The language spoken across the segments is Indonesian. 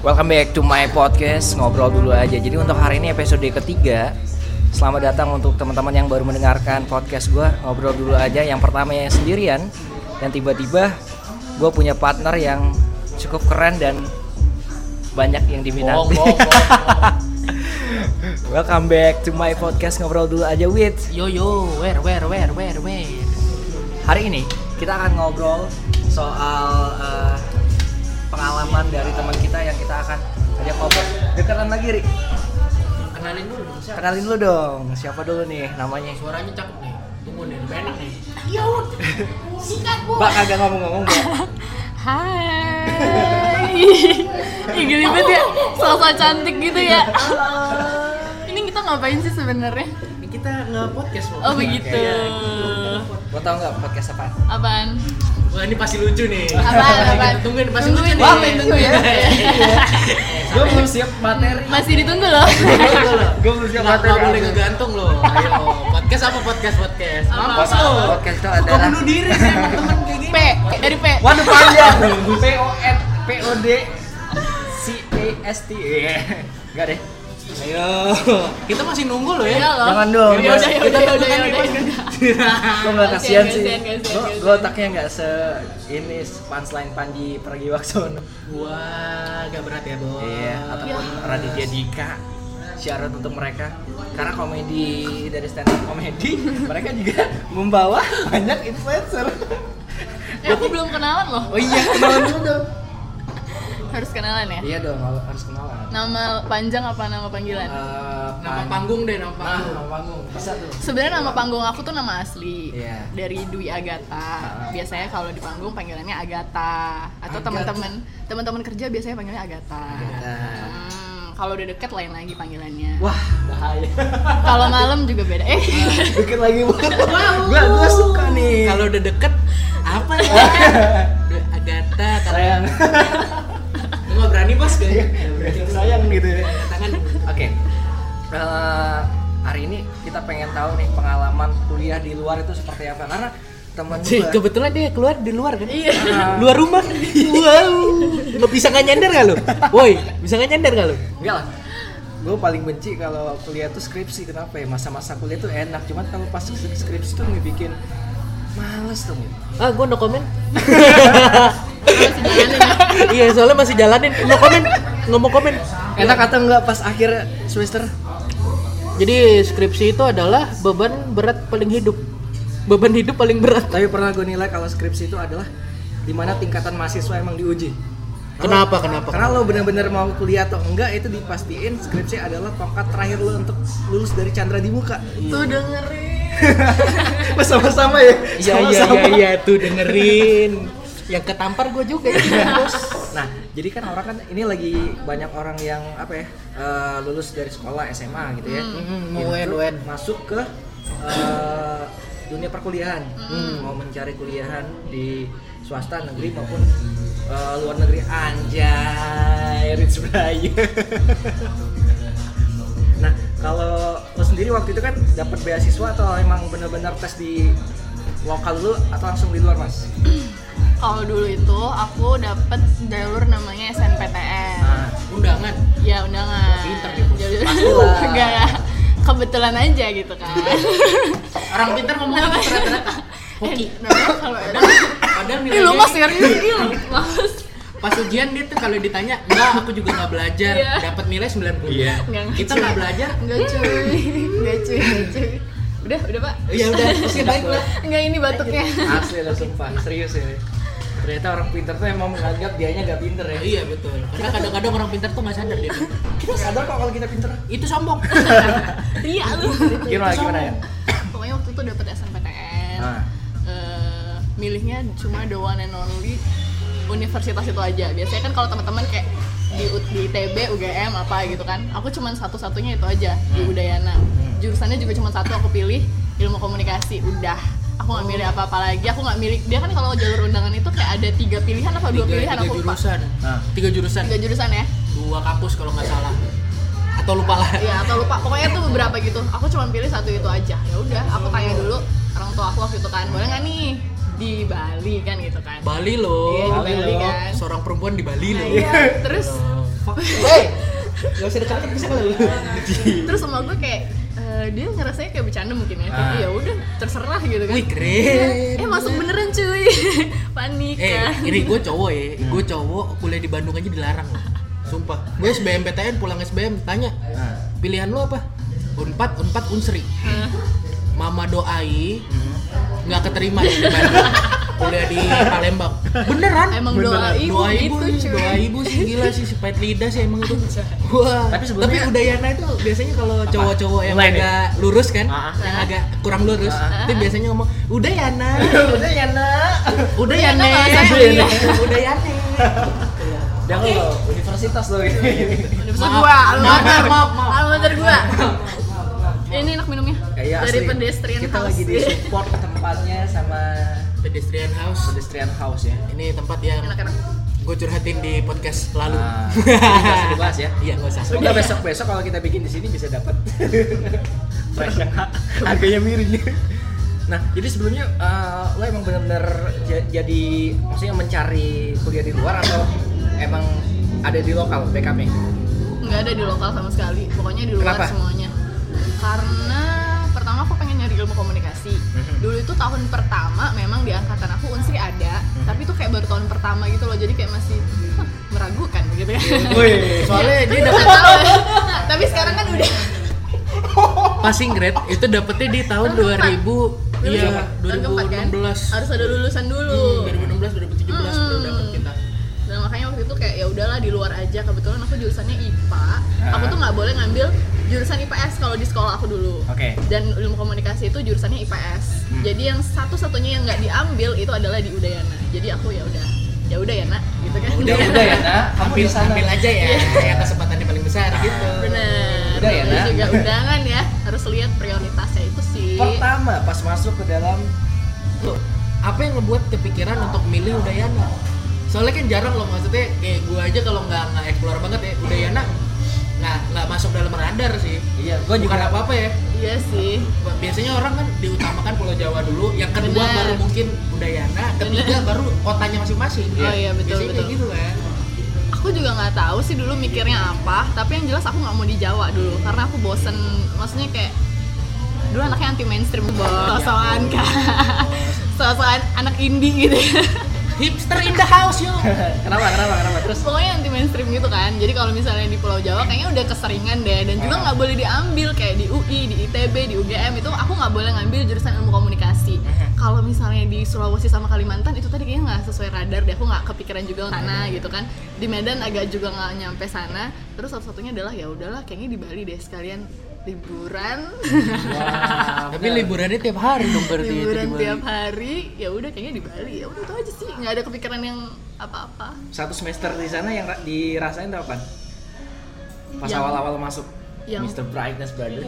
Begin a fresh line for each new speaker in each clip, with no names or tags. Welcome back to my podcast Ngobrol dulu aja Jadi untuk hari ini episode ketiga Selamat datang untuk teman-teman yang baru mendengarkan podcast gue Ngobrol dulu aja Yang pertama yang sendirian Dan tiba-tiba gue punya partner yang cukup keren dan banyak yang diminati
Bohong, bohong,
Welcome back to my podcast Ngobrol dulu aja with
Yo yo, where where where where where.
Hari ini kita akan ngobrol soal eh, pengalaman dari teman kita yang kita akan ajak ngobrol. Deketan lagi, Ri.
Kenalin dulu dong, siapa?
Kenalin dulu dong, siapa dulu nih namanya?
Suaranya cakep nih. Tunggu nih, lebih enak nih.
Yo, sikat bu.
Mbak kagak ngomong-ngomong, Mbak.
Hai. Ih geli banget ya, sosok cantik gitu ya. Ini kita ngapain sih sebenarnya?
Ini kita nge-podcast mau.
Iya,
Oh begitu.
ya. Gua tau nggak podcast apa?
Apaan?
Wah, ini pasti lucu nih.
Apaan, apaan?
Tungguin pasti
Tungguin
lucu
ya.
nih.
Tungguin.
Gue belum siap materi.
Masih ditunggu loh.
Gue belum siap
Nggak nggak boleh
materi.
ngegantung loh. Ayo, podcast apa podcast podcast?
Apa,
Mampus
apa?
lo.
Podcast itu
Suka
adalah-
bunuh diri sih emang teman kayak gini.
P dari P.
Waduh panjang. P O N P O D C A S T. Enggak deh. Ayo.
Kita masih nunggu loh
Iya
ya.
loh.
Jangan dong.
Ya udah, ya
Kita
udah, ya udah,
tunggu
ya
kan
udah,
nih,
ya
Bos.
udah.
Gue nggak
Kasihan,
kasihan sih.
kasihan, kasihan,
Gue
kasihan.
gue otaknya nggak se ini punchline Panji Pragiwaksono.
Wah, gak berat ya, Bos.
Iya. Ataupun Raditya Dika. Syarat untuk mereka karena komedi dari stand up komedi mereka juga membawa banyak influencer.
Eh, aku belum kenalan loh.
Oh iya kenalan dulu dong.
Harus kenalan ya.
Iya dong harus kenalan.
Nama panjang apa nama panggilan?
Eh,
Nama
Pan-
panggung deh, nama
Ah,
panggung.
nama panggung bisa tuh.
Sebenarnya nama panggung aku tuh nama asli
Iya.
dari Dwi Agatha.
Ah.
Biasanya kalau di panggung panggilannya Agatha atau
Agatha.
teman-teman teman-teman kerja biasanya panggilnya Agatha.
Agatha.
Hmm, kalau udah deket lain lagi panggilannya.
Wah,
Bahaya.
Kalau malam juga beda. Eh,
deket lagi banget. gua gua suka nih.
Kalau udah deket apa ya? Udah Agatha kalau
sayang,
Lu nggak berani bos gak?
sayang gitu. ya.
tangan
Oke. Eh, hari ini kita pengen tahu nih pengalaman kuliah di luar itu seperti apa karena temen
Cih,
gua
kebetulan dia keluar di luar kan?
Iya.
Luar rumah. Wow. Lu bisa nggak nyender nggak lu? Woi, bisa nggak nyender nggak lu?
enggak lah gue paling benci kalau kuliah tuh skripsi kenapa ya masa-masa kuliah tuh enak cuman kalau pas skripsi tuh bikin males tuh
Ah, gua no comment.
masih jalanin ya.
iya, soalnya masih jalanin. No comment. Nggak mau komen.
enak atau enggak pas akhir semester
Jadi skripsi itu adalah beban berat paling hidup. Beban hidup paling berat.
Tapi pernah gue nilai kalau skripsi itu adalah dimana tingkatan mahasiswa emang diuji. Kalau-
Kenapa? Kenapa?
Karena lo bener-bener mau kuliah atau enggak itu dipastiin skripsi adalah tongkat terakhir lo untuk lulus dari Chandra di muka.
Tuh dengerin.
Sama-sama ya.
Iya iya
Sama-sama.
iya iya tuh dengerin. Yang ketampar gue juga ya, bos.
Nah, jadi kan orang kan ini lagi banyak orang yang apa ya eh, lulus dari sekolah SMA gitu ya,
Hmm,
Itu
UN, UN.
masuk ke eh, dunia perkuliahan,
Hmm.
mau mencari kuliahan di swasta negeri maupun eh, luar negeri anjay Rich Brian. nah, kalau lo sendiri waktu itu kan dapat beasiswa atau emang benar-benar tes di lokal dulu atau langsung di luar mas?
Kalau dulu itu aku dapet jalur namanya SNPTN.
Nah,
Undangan.
Ya undangan.
Pinter nih, Bos.
Jalur
Pastilah.
enggak enggak. kebetulan aja gitu kan.
Orang pintar ngomong
Namanya-
gitu rata-rata. Hoki.
Eh, namanya kalau ada
Padahal
Ih,
nilainya
lu mas serius Ih, lu mas
pas ujian dia tuh kalau ditanya, "Enggak, aku juga nggak belajar."
Iya.
Dapat nilai 90. Iya.
Nggak ngerti.
Kita nggak belajar.
Enggak cuy Enggak cuy Enggak cuy Udah udah pak
Iya,
Ya udah, skip baik lah.
Enggak ini batuknya
Asli lo sumpah, serius ya. Ternyata orang pinter tuh emang menganggap dianya gak pinter ya.
Iya betul. Karena kadang-kadang orang pintar tuh nggak sadar dia. pintar.
Kita sadar kok kalau kita pinter.
Itu sombong.
Iya lu
Gimana gimana ya?
Pokoknya waktu itu dapet SNPTN
Ah.
Eh, Milihnya cuma the one and only Universitas itu aja Biasanya kan kalau teman-teman kayak di, U- di ITB, UGM apa gitu kan Aku cuma satu-satunya itu aja di
Hmm.
Udayana Jurusannya juga cuma satu aku pilih ilmu komunikasi Udah aku nggak milih apa-apa lagi aku nggak milih dia kan kalau jalur undangan itu kayak ada tiga pilihan apa dua
Tiga,
pilihan
tiga
aku lupa
jurusan.
Ah.
Tiga jurusan.
tiga jurusan ya
Dua kampus kalau nggak salah. Atau lupa lah.
Iya atau lupa pokoknya tuh beberapa gitu. Aku cuma pilih satu itu aja. Ya udah, aku
Oh.
tanya dulu orang tua aku waktu itu kan boleh nggak nih di Bali kan gitu kan.
Bali loh.
Iya di
Bali
Bali
loh.
kan.
Seorang perempuan di Bali
Nah,
loh.
iya. Terus
Hei, gak usah dekat bisa kan lu?
terus sama gue kayak eh, dia ngerasanya kayak bercanda mungkin ya tapi
Ah.
ya udah terserah gitu kan
Wih keren.
eh masuk beneran cuy panik
Eh,
kan
ini gue cowok ya,
Hmm.
gue cowok kuliah di Bandung aja dilarang. loh. Sumpah, gue SBMPTN pulang SBM tanya, pilihan lo apa? Unpad, unpad, unsri.
Hah.
Mama doai,
Hmm.
nggak keterima di Bandung. Kuliah di Palembang. Beneran?
Emang
Beneran.
doa ibu
doa ibu,
gitu,
sih,
cuy.
doa ibu sih gila sih, si pahit lidah sih emang itu. Wah.
Tapi
Tapi,
sebelumnya-
Udayana itu biasanya kalau cowok-cowok yang
Mulai nih.
agak lurus kan,
Ah.
yang agak kurang lurus, itu biasanya ngomong Ah, Udayana.
Udah ya nak.
Udah ya,
ya,
Nek.
Nek.
Udah ya, Nek. Udah ya, Nek.
Dah lo universitas lo ini.
Universitas
Maaf.
gua, almater,
Maaf, maaf, maaf.
almater gua. Ini enak minumnya
Iya,
dari
asli.
pedestrian
Kita
house.
lagi di support tempatnya sama
Pedestrian House.
pedestrian house ya.
Ini tempat yang
enak enak.
gue curhatin di podcast lalu.
Ah, jadi nggak usah dibahas ya.
Iya, nggak usah.
Semoga besok besok kalau kita bikin di sini bisa dapat price yang ha- harganya miring. ya, Nah, jadi sebelumnya eh, lo emang benar-benar ja- jadi maksudnya mencari kuliah di luar atau emang ada di lokal backup-nya?
Nggak ada di lokal sama sekali. Pokoknya di luar
Kenapa?
semuanya. Karena pertama aku pengen nyari ilmu komunikasi.
Mhm.
Dulu itu tahun pertama memang di angkatan aku unsri ada,
Mhm.
tapi itu kayak baru tahun pertama gitu loh. Jadi kayak masih "Hah, meragukan gitu ya.
Wih,
Soalnya dia dapat
Nggak tahu. ya. tapi sekarang kan udah
passing grade itu dapetnya di tahun
Tahun
2000 iya
tahun keempat kan
2016.
harus ada lulusan dulu.
Hmm, 2016 2017 baru
Hmm.
dapet kita.
dan makanya waktu itu kayak ya udahlah di luar aja kebetulan aku jurusannya IPA aku
Ah.
tuh nggak boleh ngambil jurusan IPS kalau di sekolah aku dulu
Oke. Hmm.
dan ilmu komunikasi itu jurusannya IPS jadi yang satu satunya yang nggak diambil itu adalah di Udayana jadi aku ya udah ya udah ya nak gitu kan
Udah udah ya, Nak. Kamu
Ambil
di sana. Iya.
ambil aja ya. Kayak kesempatannya paling besar gitu.
bener
Udah ya,
Namanya
Nak.
juga undangan ya harus lihat prioritasnya itu sih
Pertama pas masuk ke dalam
Loh, apa yang ngebuat kepikiran untuk milih Udayana? Soalnya kan jarang loh maksudnya kayak gua aja kalau nggak nggak explore banget ya Udayana nggak nggak masuk dalam radar sih.
Iya, gua
Gua
juga
bukan apa-apa ya.
iya sih
Biasanya orang kan diutamakan Pulau Jawa dulu, yang kedua
Benar.
baru mungkin Udayana, ketiga baru kotanya masing-masing.
Oh iya, betul,
Biasanya kayak
betul.
gitu kan.
aku juga nggak tahu sih dulu mikirnya apa tapi yang jelas aku nggak mau di Jawa dulu karena aku bosen maksudnya kayak dulu anaknya anti mainstream sosokan kan sosokan anak indie gitu
Hipster in the house yo.
kenapa kenapa kenapa terus
pokoknya anti mainstream gitu kan jadi kalau misalnya di Pulau Jawa kayaknya udah keseringan deh
Ah.
dan juga nggak boleh diambil kayak di UI di ITB di UGM itu aku nggak boleh ngambil jurusan ilmu komunikasi
Mm-hmm.
kalau misalnya di Sulawesi sama Kalimantan itu tadi kayaknya nggak sesuai radar deh aku nggak kepikiran juga
Ah,
ke
iya,
sana gitu kan di Medan agak juga nggak nyampe sana terus satu satunya adalah ya udahlah kayaknya di Bali deh sekalian liburan
Tapi liburannya tiap hari dong berarti itu
liburan
di Bali.
tiap hari ya udah kayaknya di Bali ya udah itu aja sih nggak ada kepikiran yang apa-apa
satu semester di sana yang ra- dirasain tuh apa? Pas
Yang-
awal-awal masuk
yang-
Mr. Brightness Brother.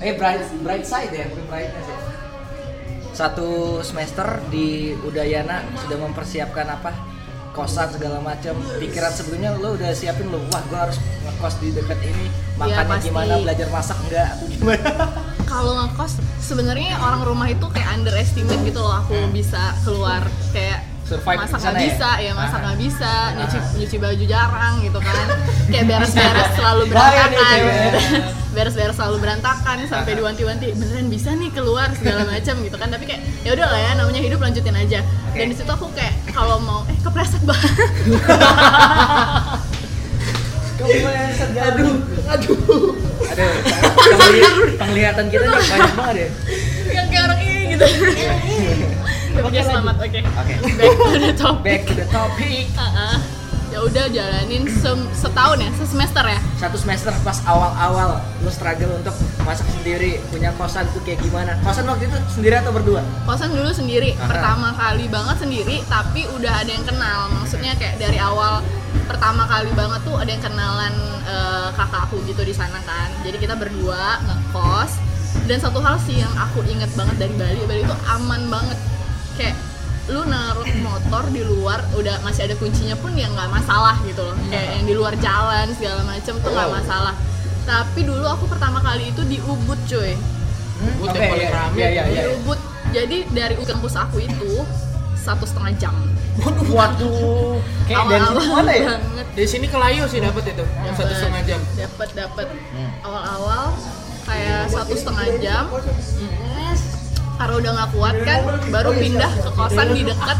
eh bright bright side ya, bukan brightness ya. Satu semester di Udayana sudah mempersiapkan apa? Kosan segala macam. Pikiran sebelumnya lo udah siapin lo, wah gua harus ngekos di dekat ini.
Iya,
Makannya
pasti.
gimana, belajar masak enggak atau gimana?
kalau ngekos sebenarnya orang rumah itu kayak underestimate gitu loh aku bisa keluar kayak
Hmm. Survive di sana
masak nggak
ya?
bisa ya, masak
Ah.
nggak bisa nyuci nyuci baju jarang gitu kan kayak beres-beres selalu
Bahaya nih,
berantakan
cewek. ya. Ah.
beres-beres selalu berantakan sampai diwanti-wanti beneran bisa nih keluar segala macam gitu kan tapi kayak ya udah lah ya namanya hidup lanjutin aja dan
Oke.
di situ aku kayak kalau mau eh kepleset banget
Kamu meleset aduh, aduh. Aduh, pengli- penglihatan kita nih banyak banget ya.
yang kayak orang ini gitu oke selamat oke
Oke.
back to the
Back
topic
to the topic.
Ah, ah. ya udah jalanin sem- setahun ya semester ya
Satu semester pas awal-awal lu struggle untuk masak sendiri, punya kosan tuh kayak gimana? Kosan waktu itu sendiri atau berdua?
kosan dulu sendiri
Aha.
pertama kali banget sendiri tapi udah ada yang kenal maksudnya kayak dari awal pertama kali banget tuh ada yang kenalan eh, kakak aku gitu di sana kan jadi kita berdua ngekos dan satu hal sih yang aku inget banget dari Bali Bali itu aman banget kayak lu naruh motor di luar udah masih ada kuncinya pun ya nggak masalah gitu loh kayak yang di luar jalan segala macem tuh nggak
Wow.
masalah tapi dulu aku pertama kali itu di Ubud cuy
Hmm?
Gua tempat
iya,
rame.
iya, iya,
di
iya.
Ubud. Jadi dari kampus aku itu satu setengah jam.
Waduh,
Waduh, kayak
Awal-awal
dari situ mana ya?
banget.
Di sini ke Layu sih dapat itu, yang satu
Dapet,
setengah jam.
Dapet dapet
Hmm.
awal-awal kayak satu setengah jam. Karena udah nggak kuat kan, baru pindah ke kosan di dekat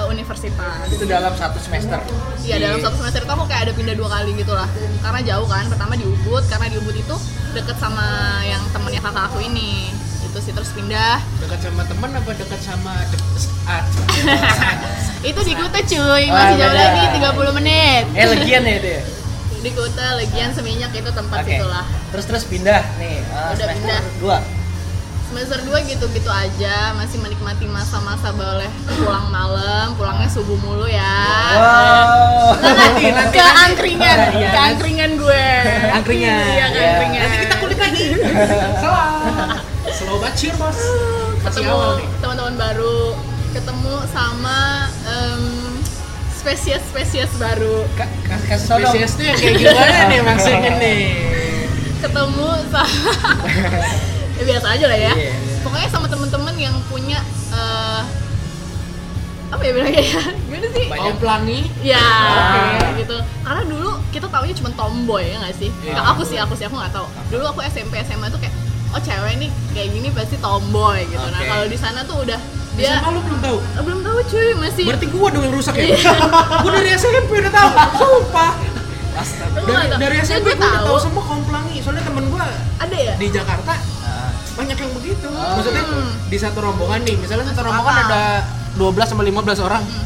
uh, universitas.
Itu dalam satu semester.
Iya dalam satu semester itu aku kayak ada pindah dua kali gitu lah Karena jauh kan, pertama di Ubud Karena di Ubud itu deket sama yang temennya kakak aku ini Itu sih terus pindah
Dekat sama teman apa dekat sama de- ah,
Itu di Kuta cuy,
Wah,
masih jauh
beda.
lagi 30 menit
iya, Eh, legian ya itu ya?
Di Kuta, Legian, Seminyak itu tempat
Oke.
situlah
Terus terus pindah nih. ah,
Udah
semester
pindah.
Dua.
Semester 2 gitu-gitu aja Masih menikmati masa-masa boleh pulang malam Pulangnya subuh mulu ya Nah,
Wow.
Nanti, ke angkringan,
Iya,
ke angkringan gue
Angkringan,
Iya, ke
iya.
angkringan Nanti kita kulit lagi
Salah. Slow but sure, Bos. Masih
ketemu
awal nih.
teman-teman baru ketemu sama em, spesies-spesies baru
Ka- kas- Kasih tau dong.
Spesies tuh yang kayak gimana nih maksudnya nih?
ketemu sama ya, biasa aja lah ya
Iya, iya.
pokoknya sama temen-temen yang punya eh, apa ya bilangnya ya gimana sih
Bau pelangi.
ya
Ah.
gitu karena dulu kita taunya cuma tomboy ya nggak sih
Iya.
Nah, aku sih aku sih aku nggak tahu dulu aku SMP SMA tuh kayak oh cewek nih kayak gini pasti tomboy gitu nah
Oke.
kalau di sana tuh udah
Dia
dia
lu belum tahu.
Eh, belum tahu cuy masih
Berarti gua dong yang rusak ya. gua dari SMP udah tahu. Sumpah.
Iya. Lu
Dari,
nggak tahu.
dari
Nah,
SMP
gue
gua udah
tahu.
tahu semua kaum pelangi. Soalnya temen gua
ada ya
di Jakarta
Ah,
banyak yang begitu.
Oh.
Maksudnya
Hmm.
di satu rombongan nih, misalnya satu
Masuk
rombongan
akal.
ada 12 sampai 15 orang.
Hmm.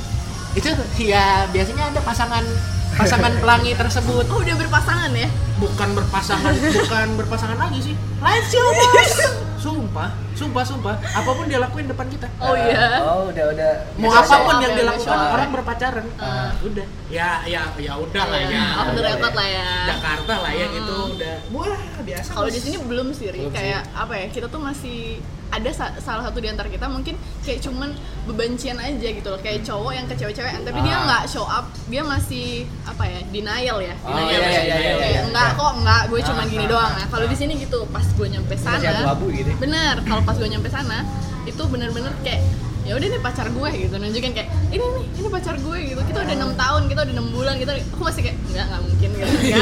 Itu ya biasanya ada pasangan pasangan pelangi tersebut
oh udah berpasangan ya
bukan berpasangan bukan berpasangan lagi sih live show bos sumpah sumpah sumpah apapun dia lakuin depan kita
Oh iya.
Oh, udah udah.
mau
Itu
apapun
show.
yang
Iya,
dilakukan
show.
Ya, orang berpacaran
Ah.
udah ya ya ya udah lah ya
Iya, Off the record lah ya.
Jakarta lah ya gitu udah murah biasa
Kalau di
Bos.
sini belum sih, Ri.
Belum
kayak apa ya? Kita tuh masih ada sa- salah satu di antara kita mungkin kayak cuman bebencian aja gitu loh kayak cowok yang ke cewek-cewek tapi dia
Hmm. Ah.
nggak show up dia masih apa ya denial ya
Oh,
Denial
iya, iya,
ya.
iya, iya,
Kayak,
iya.
enggak kok enggak gue cuman
Ah,
gini
ah,
doang
ah,
nah kalau di sini gitu pas gue nyampe sana
Masih abu-abu gitu.
bener kalau pas gue nyampe sana itu bener-bener kayak ya udah nih pacar gue gitu nunjukin kayak ini nih ini pacar gue gitu kita udah enam tahun kita udah enam bulan kita aku masih kayak nggak nggak mungkin gitu ya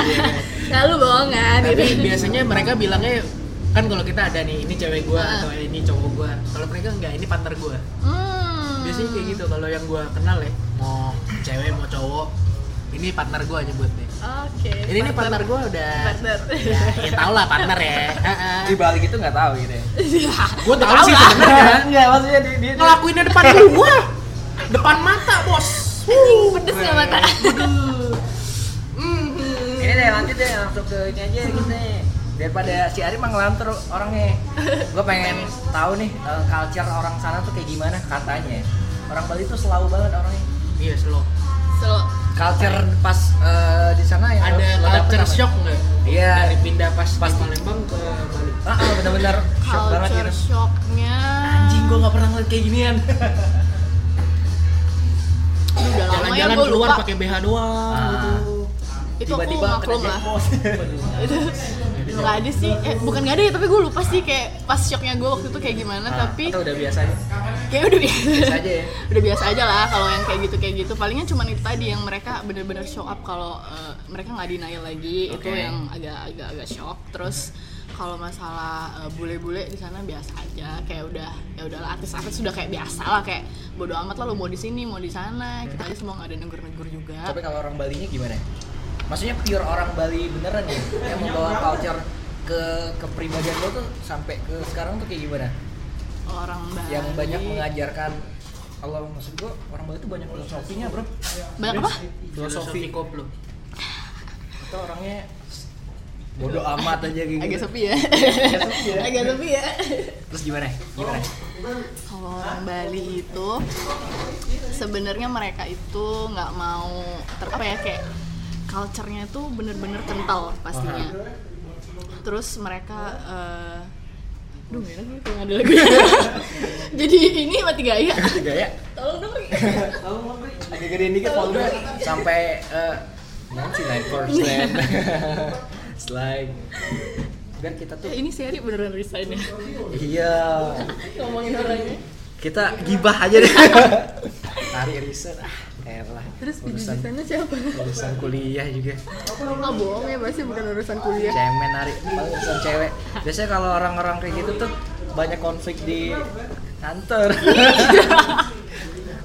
lalu bohongan
Iya, tapi
gitu
Nah, biasanya mereka bilangnya kan kalau kita ada nih ini cewek gua
Ah.
atau ini cowok gua kalau mereka enggak ini partner gua
Hmm.
biasanya kayak gitu kalau yang gua kenal ya mau cewek mau cowok ini partner gua nyebutnya
Oke.
ini nih partner gua udah
Partner.
ya, ya tau lah partner ya
Di balik itu nggak tahu gitu ya.
gue tahu sih
Nggak,
sebenarnya
Nggak, maksudnya di di. di-
ngelakuinnya depan gua depan mata bos
Anjing, pedes nggak mata?
Ini deh lanjut deh langsung ke ini aja gitu nih. Daripada si Ari mah ngelantur orangnya. Gue pengen tahu nih eh, culture orang sana tuh kayak gimana katanya. Orang Bali tuh selalu banget orangnya.
iya slow
So,
Culture pas eh, di sana yang
ada
lo- lo dapet
culture
apa?
shock nggak
Iya.
dari pindah pas pas Palembang ke Bali
Ah, ah, bener-bener shock banget
culture
gitu.
shocknya.
anjing gua nggak pernah ngeliat kayak ginian
Aduh, udah lama ya
jalan-jalan
gue
keluar
lupa.
pakai BH doang
Ah.
gitu
Itu aku
Tiba-tiba kena
maklum lah.
jackpot.
Nggak ada sih. Eh, bukan nggak ada ya, tapi gue lupa sih kayak pas shocknya gue waktu itu kayak gimana. Nah, Tapi
Atau ah, udah biasa aja.
kayak udah biasa.
Biasa aja ya.
udah biasa aja lah kalau yang kayak gitu kayak gitu. Palingan cuman itu tadi yang mereka bener-bener show up kalau eh, mereka nggak denial lagi. Itu
Oke.
yang agak-agak-agak shock. Terus kalau masalah eh, bule-bule di sana biasa aja kayak udah ya udahlah artis-artis sudah kayak biasa lah kayak bodo amat lah lu mau di sini mau di sana kita aja semua nggak ada negur-negur juga
Tapi kalau orang Balinya gimana? Maksudnya pure orang Bali beneran ya? Yang membawa culture ke kepribadian lo tuh sampai ke sekarang tuh kayak gimana?
orang Bali
Yang banyak mengajarkan Allah maksud gua orang Bali tuh banyak filosofinya bro
banyak apa
filosofi
Filosofi
koplo
Itu orangnya bodoh amat aja gitu
agak sepi ya
sepi ya.
agak sepi ya
Terus gimana? Gimana?
kalau orang Bali itu sebenarnya mereka itu nggak mau ter apa ya kayak culture-nya itu bener-bener kental pastinya terus mereka eh Duh, gak enak nih kalau nggak ada lagu Jadi ini mati gaya
Tiga ya?
Tolong dong Ri.
Agak gedein dikit folder Sampai eh, Nanti nine first land Slime Biar kita tuh
Eh, Ini seri beneran resign ya
Iya
Ngomongin orangnya
Kita gibah aja deh cari riset ah elah
Terus
urusan
bijisannya siapa?
urusan kuliah juga
Ah bohong ya pasti bukan urusan kuliah.
cemen nari paling urusan cewek biasanya kalau orang-orang kayak gitu tuh banyak konflik di kantor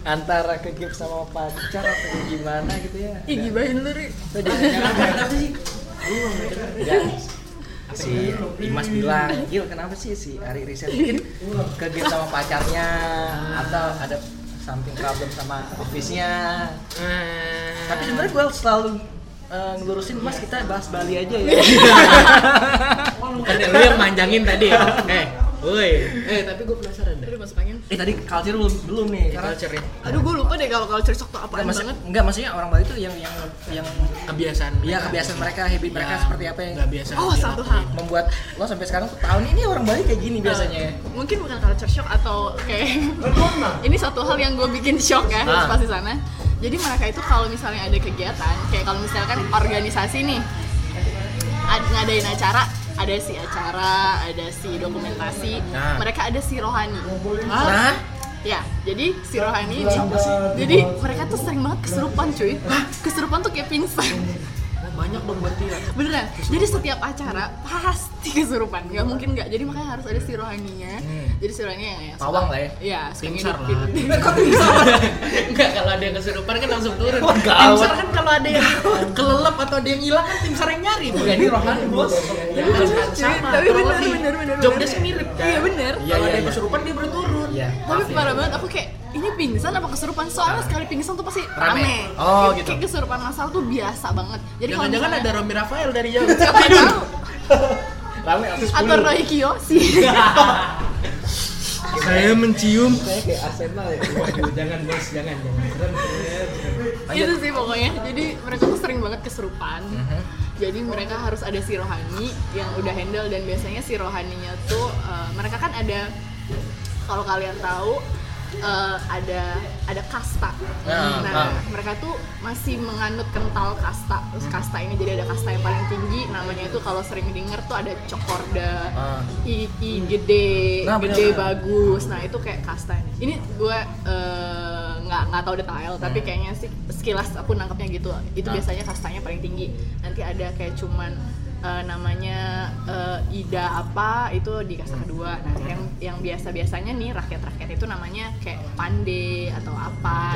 antara kegib sama pacar atau gimana gitu ya
Ih gibahin lu Ri.
Tuh, jangan- jangan- Jangan. si Dimas bilang Gil kenapa sih si Ari riset mungkin kegib sama pacarnya atau ada something problem sama office-nya tapi sebenarnya gue selalu eh, ngelurusin mas kita bahas Bali aja ya
Bukan deh, lu yang manjangin tadi ya. Eh, woi. Eh, tapi gue penasaran deh.
Udah masuk angin.
eh tadi culture belum belum nih karena
Culture
Aduh gue lupa deh kalau culture shock tuh
Enggak,
apaan
maksud-
banget.
enggak maksudnya orang Bali itu yang yang yang
kebiasaan.
ya kebiasaan mereka habit mereka
Yang
seperti apa yang
nggak biasa.
Oh
Iya,
satu hal.
membuat lo sampai sekarang tuh tahun ini orang Bali kayak gini biasanya
Eh, Mungkin bukan culture shock atau kayak ini satu hal yang gue bikin shock ya
Ah.
pas di sana. Jadi mereka itu kalau misalnya ada kegiatan, kayak kalau misalkan organisasi nih, ad- ngadain acara, ada si acara, ada si dokumentasi,
Nah.
mereka ada si rohani.
nah
Ya, jadi si rohani ini, jadi mereka tuh sering banget kesurupan cuy. Kesurupan tuh kayak pingsan.
Banyak dong buat dia.
beneran jadi setiap acara pasti kesurupan nggak mungkin nggak jadi makanya harus ada si rohaninya jadi si rohaninya yang yang suka-
Pawang lah ya.
iya suka
Timsar Hmm. lah. Iya.
ngidupin.
Enggak kalau ada yang kesurupan kan langsung turun.
Wah, gawat.
Tim SAR kan kalau ada yang kelelep atau ada yang hilang kan tim SAR yang nyari.
Bukan, ini rohani, bos.
Ya, kan, kan, sama.
Tapi
kurang
bener,
lebih.
bener, bener,
Job
bener.
desk mirip kan.
Iya, bener.
Kalau
Iya, iya,
ada yang
iya.
kesurupan dia baru turun.
Iya.
tapi
ya.
parah banget aku kayak ini pingsan apa kesurupan soalnya
Nah.
sekali pingsan tuh pasti
Rame.
rame,
Oh,
Kayak-
gitu.
kayak kesurupan masal tuh biasa banget jadi kalau
Jangan-jangan ada
misalnya-
Romi Rafael dari jauh.
siapa tahu
rame atas
atau Roy Kiyoshi
Iya. Saya mencium.
kayak kayak Arsenal ya
jangan bos, jangan.
itu sih pokoknya jadi mereka tuh sering banget kesurupan jadi mereka harus ada si rohani yang udah handle dan biasanya si rohaninya tuh eh, mereka kan ada kalau kalian tahu eh, ada ada kasta
Nah, nah.
nah, mereka tuh masih menganut kental kasta terus kasta ini jadi ada kasta yang paling tinggi namanya itu kalau sering denger tuh ada cokorda
Ah.
i, i gede
Nah,
gede
bener.
bagus nah itu kayak kasta ini gue eh, nggak nggak tahu detail tapi kayaknya sih sekilas aku nangkepnya gitu itu
Nah.
biasanya kastanya paling tinggi nanti ada kayak cuman eh, namanya eh, ida apa itu di kasta kedua nah yang yang biasa biasanya nih rakyat rakyat itu namanya kayak pande atau apa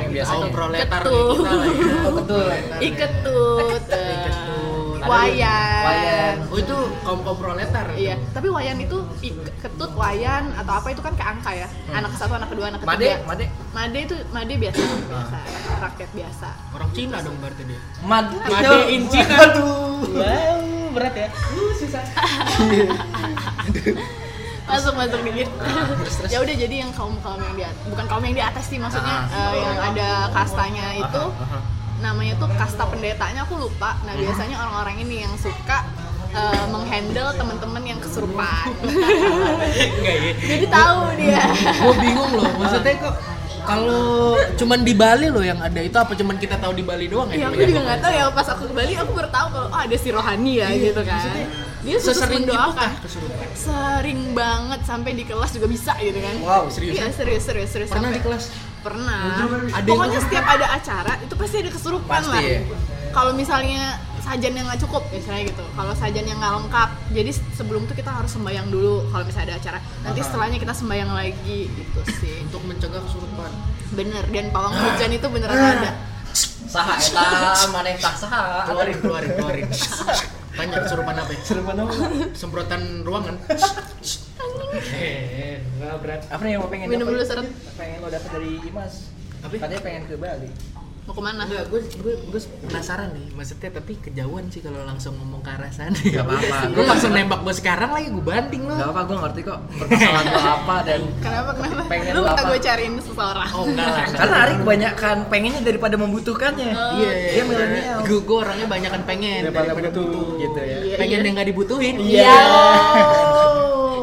Yang
gitu.
biasanya.
Atau
Proletar nih
ketut.
kita lah ya.
Oh, betul
iketut eh,
Iketut.
wayan
Wayan.
Oh itu kaum kaum proletar.
Iya, tapi wayan itu i- ketut wayan atau apa itu kan ke angka ya. Anak satu, anak kedua, anak
Made,
ketiga.
Made,
Made itu made biasa, biasa rakyat biasa.
Orang Cina dong berarti dia.
Mad,
Madein Cina.
Aduh, wow, berat ya.
Masuk masuk dikit. ya udah jadi yang kaum kaum yang di atas, bukan kaum yang di atas sih maksudnya eh, yang ada kastanya itu namanya tuh kasta pendetanya aku lupa. Nah biasanya orang-orang ini yang suka eh, menghandle teman-teman yang kesurupan.
Enggak ya.
jadi tahu dia.
Gue bingung loh, maksudnya kok kalau cuman di Bali loh yang ada itu apa cuman kita tahu di Bali doang ya?
Iya, aku juga nggak tahu ya pas aku ke Bali aku baru tahu kalau oh, ada si rohani ya gitu kan. Dia
Iya,
khusus
Sesering gitu kan? itu
mendoakan.
kah kesurupan?
Sering banget sampai di kelas juga bisa gitu kan.
Wow,
serius?
Iya, serius serius serius.
Pernah
sampai-
di kelas?
Pernah.
Ada yang iya.
Pokoknya
kesurupan?
setiap ada acara itu pasti ada kesurupan
Pasti
lah.
ya.
Kalau misalnya sajan yang nggak cukup misalnya gitu. Kalau sajan yang nggak lengkap. Jadi sebelum itu kita harus sembayang dulu kalau misalnya ada acara. Nanti setelahnya kita sembayang lagi gitu sih.
Untuk mencegah kesurupan.
Bener dan pawang hujan itu beneran ada.
Saha eta mana yang tak saha?
Keluarin, keluarin, keluarin. Tanya kesurupan apa? ya?
Seru banget.
Semprotan ruangan. Eh, nggak berat.
Apa nih yang mau pengen
Minum
dapet?
dulu, seret.
Pengen lo dapet dari Imas.
Apa?
Katanya pengen ke Bali.
Mau kemana?
Enggak, gue gue gue penasaran nih maksudnya tapi kejauhan sih kalau langsung ngomong ke arah sana.
Nggak apa-apa.
Gue langsung nembak gue sekarang lagi gue banting
Gak
lo.
apa, gue ngerti kok permasalahan lo apa dan
Kenapa kenapa?
Pengen
lu minta
apa?
gue cariin seseorang.
Oh enggak lah.
karena Ari kan kebanyakan pengennya daripada membutuhkannya.
Iya,
Dia milenial.
Gue gue orangnya banyak kan pengen
Daripada
daripada
butuh, gitu ya.
Iya,
Pengen
iya.
yang nggak dibutuhin.
Ya.
Iya.
Iya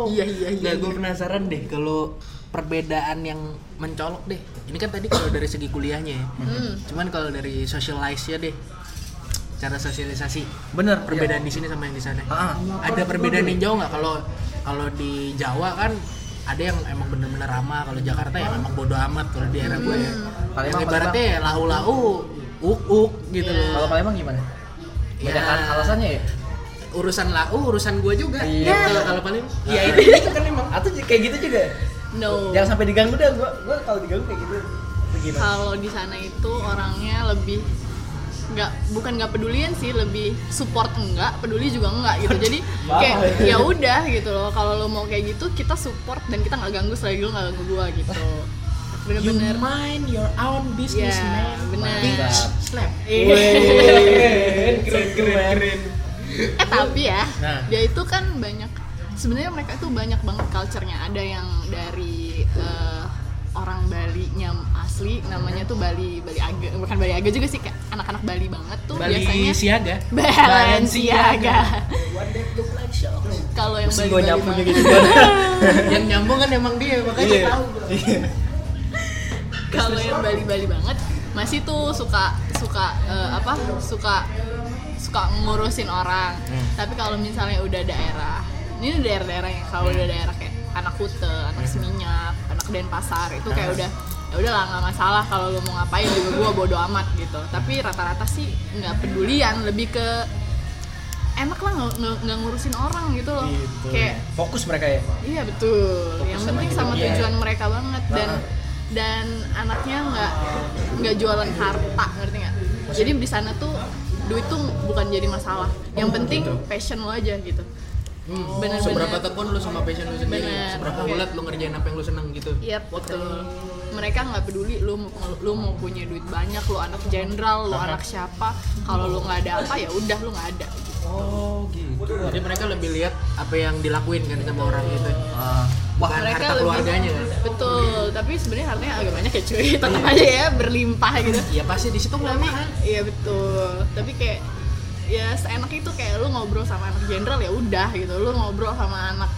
iya iya.
Enggak, gue penasaran deh kalau perbedaan yang mencolok deh. Ini kan tadi kalau dari segi kuliahnya ya.
Hmm.
Cuman kalau dari socialize-nya deh. Cara sosialisasi.
Bener,
Perbedaan di sini sama yang di sana.
Ah,
Ada perbedaan yang jauh nggak kalau kalau di Jawa kan ada yang emang bener-bener ramah kalau Jakarta ya emang bodo amat kalau di daerah gue ya
Hmm. Palembang,
ibaratnya ya lau-lau uk-uk gitu
Iya.
loh
Kalau Palembang gimana?
Ya.
Beda kan alasannya ya?
urusan lau urusan gue juga Ya.
Iya.
Kalau- kalau paling
Iya itu itu kan emang atau kayak gitu juga.
No.
Jangan sampai diganggu dah gua gua kalau diganggu kayak gitu. Itu gimana?
Kalau di sana itu orangnya lebih nggak bukan nggak pedulian sih lebih support enggak peduli juga enggak gitu jadi
Maaf.
kayak ya udah gitu loh kalau lo mau kayak gitu kita support dan kita nggak ganggu selagi lo nggak ganggu gua gitu
you
bener-bener
mind your own business
Iya,
man
bener.
bitch slap Iya.
Wih, keren keren keren.
eh tapi ya
Nah.
dia itu kan banyak sebenarnya mereka itu banyak banget culture-nya ada yang dari eh, orang Bali nyam asli namanya tuh Bali Bali Aga bukan Bali Aga juga sih kayak anak-anak Bali banget tuh
Bali
biasanya
siaga
Balenciaga kalau yang
Pusing
Bali
gua
Bali
nyapunya
banget
gitu kan.
yang nyambung kan emang dia
Iya.
makanya tahu
kalau yang Bali Bali banget masih tuh suka suka eh, apa suka suka ngurusin orang tapi kalau misalnya udah daerah ini daerah-daerah yang kalau udah daerah kayak anak Kute anak Seminyak anak Denpasar itu kayak udah ya udah lah nggak masalah kalau lo mau ngapain juga gue bodo amat gitu tapi rata-rata sih nggak pedulian lebih ke enak lah nggak- nggak nggak ngurusin orang gitu loh
Gitu.
kayak
Fokus mereka ya.
Iya betul.
Fokus
yang
sama
penting
hidup
sama
dia,
tujuan
ya.
mereka banget dan
Nah.
dan anaknya nggak nggak jualan harta ngerti nggak? Jadi di sana tuh duit tuh bukan jadi masalah. Yang penting passion lo aja gitu.
Hmm,
Bener-bener.
seberapa tekun lu sama passion lu sendiri,
Bener.
seberapa
Oke.
bulat lu ngerjain apa yang lu seneng gitu.
Iya betul. Mereka nggak peduli lu mau lu mau punya duit banyak, lu anak jenderal, lu anak siapa. Kalau lu nggak ada apa ya udah lu nggak ada.
Oh gitu.
Jadi mereka lebih lihat apa yang dilakuin kan sama orang gitu.
Ah.
Wah, harta keluarganya kan.
betul. Tapi sebenarnya hartanya agak banyak ya cuy. Tetap aja ya berlimpah gitu.
Ya pasti di situ nggak mahal.
Iya betul. Tapi kayak ya seenak itu kayak lu ngobrol sama anak jenderal ya udah gitu. Lu ngobrol sama anak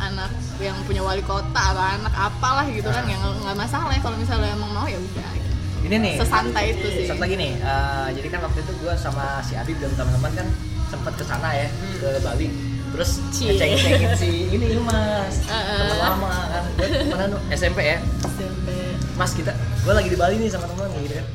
anak yang punya wali kota atau anak apalah gitu kan yang nggak masalah ya kalau misalnya emang mau ya udah. gitu.
Ini nih.
Sesantai itu sih. Ya,
Satu lagi nih, eh, jadi kan waktu itu gue sama si Abi dan teman-teman kan sempet ke sana ya ke Bali. Terus
Hmm. Cie.
ngecek-ngecekin si ini Mas,
Heeh.
teman lama kan. Gue mana nu- SMP ya. Mas kita, gue lagi di Bali nih sama teman gitu kan.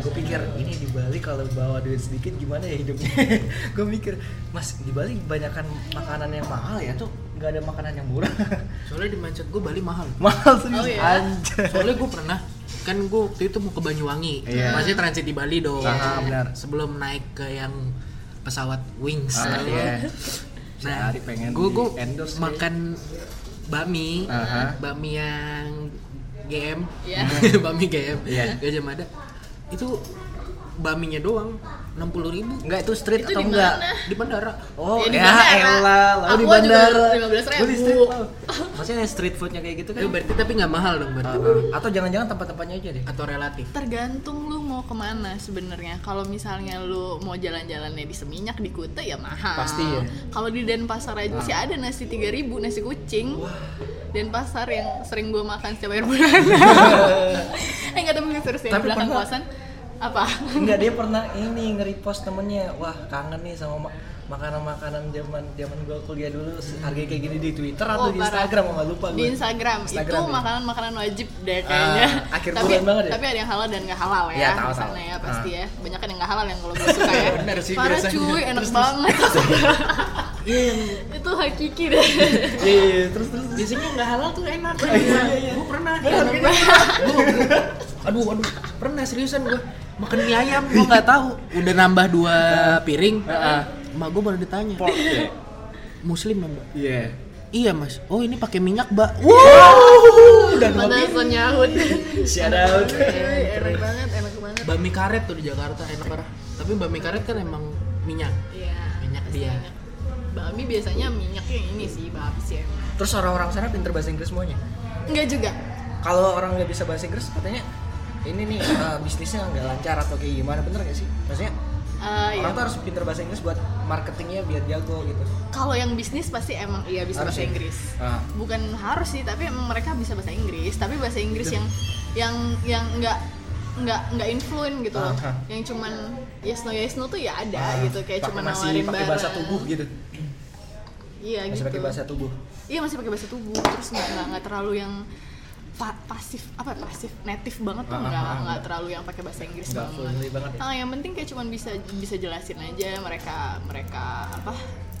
gue pikir ini di Bali kalau bawa duit sedikit gimana ya hidupnya gue mikir mas di Bali kebanyakan makanan yang mahal ya tuh nggak ada makanan yang murah
Soalnya di mindset gue Bali mahal.
mahal serius
Oh, iya?
anjay
Soalnya gue pernah kan gue waktu itu mau ke Banyuwangi,
Iya.
masih transit di Bali dong.
Ah, benar.
Sebelum naik ke yang pesawat Wings.
Ah,
Lalu-
iya.
Nah,
Sehari pengen
gue gue
di-endorse sih.
makan bakmi,
Aha.
bakmi yang GM,
Iya.
bakmi GM,
Iya.
Gajah Mada. Itu bakminya doang 60.000 ribu
Enggak itu street
Itu
atau
di
enggak?
mana?
di bandara.
Oh, ya,
Ya, di bandara.
elah, lalu di
Aqua juga
bandara.
15.000.
Lu di street food. Maksudnya street foodnya kayak gitu kan?
Itu Eh, berarti tapi nggak mahal dong berarti.
Uh, atau jangan-jangan tempat-tempatnya aja deh.
Atau relatif.
Tergantung lu mau kemana sebenarnya. Kalau misalnya lu mau jalan-jalannya di Seminyak, di Kute ya mahal.
Pasti ya.
Kalau di Denpasar aja sih ada nasi 3000 nasi kucing. Denpasar yang sering gue makan setiap akhir bulan. eh nggak tapi gue serius ya, di
Tapi
belakang
pernah-
kosan apa?
Enggak dia pernah ini nge-repost temennya. Wah, kangen nih sama ma- makanan-makanan zaman zaman gua kuliah dulu harganya kayak gini di Twitter atau
Oh,
di
parah.
Instagram gua nggak lupa gua.
Di Instagram,
Instagram
itu
ya.
makanan-makanan wajib deh kayaknya.
Ah, akhir
tapi,
bulan banget ya?
Tapi ada yang halal dan nggak halal ya.
Iya, tahu,
di sana
tahu.
ya pasti ya. Banyak kan yang nggak halal yang kalau gue suka ya.
Benar sih,
Parah
biasanya.
cuy, enak banget. itu hakiki deh.
Iya, iya, iya. terus terus. terus.
Biasanya nggak halal tuh enak.
iya, iya.
Gue pernah.
Aduh, aduh.
pernah seriusan gue makan mie ayam gue nggak tahu udah nambah dua piring
Heeh.
emak gue baru ditanya
Pork. Iya.
muslim ya mbak
Iya.
ya? iya mas oh ini pakai minyak mbak
Wuh, dan
Padahal
lagi
son nyahut.
shout out.
Cuy, enak banget, enak banget.
bami karet tuh di Jakarta enak parah tapi bami karet kan emang minyak
Iya.
Minyak
pasti
dia.
minyak. Bakmi biasanya minyaknya yang ini sih, bakmi sih emang.
Terus orang-orang sana pinter bahasa Inggris semuanya.
Enggak juga.
kalau orang nggak bisa bahasa Inggris katanya ini nih eh, bisnisnya nggak lancar atau kayak gimana bener gak sih maksudnya
Eh, iya.
orang tuh harus pinter bahasa Inggris buat marketingnya biar jago gitu
Kalau yang bisnis pasti emang iya bisa
Harus
bahasa
ya?
Inggris.
Ah.
Bukan harus sih, tapi emang mereka bisa bahasa Inggris, tapi bahasa
Iya.
Inggris yang yang yang enggak nggak nggak influent gitu loh,
Ah, ah.
yang cuman yes no yes no tuh ya ada
Ah,
gitu kayak
pakai
cuman
masih
nawarin
pakai
barang.
bahasa tubuh gitu
Iya
Masih
gitu.
pakai bahasa tubuh.
Iya masih pakai bahasa tubuh. Terus nggak nggak- nggak terlalu yang fa- pasif apa pasif native banget
Ah,
tuh nggak
ah, ah.
nggak terlalu yang pakai bahasa Inggris
Nggak
banget.
fluently banget ya.
Ah, yang penting kayak cuman bisa bisa jelasin aja mereka mereka apa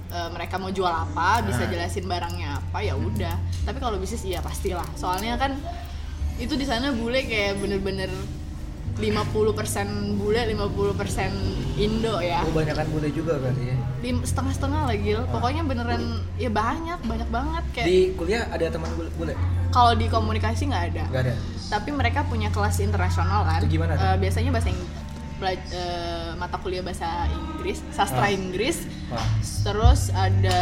eh, mereka mau jual apa
Ah.
bisa jelasin barangnya apa ya udah tapi kalau bisnis iya pastilah soalnya kan itu di sana bule kayak bener-bener 50% bule 50% Indo ya
Oh, banyakan bule juga berarti ya.
Lim- setengah-setengah lah Gil pokoknya beneran ya banyak banyak banget kayak
Di kuliah ada teman bule? bule?
kalau di komunikasi nggak ada
Nggak ada.
tapi mereka punya kelas internasional kan
Itu gimana tuh?
Eh, biasanya bahasa Ing- bela- eh, mata kuliah bahasa Inggris sastra
Ah.
Inggris
Wah.
terus ada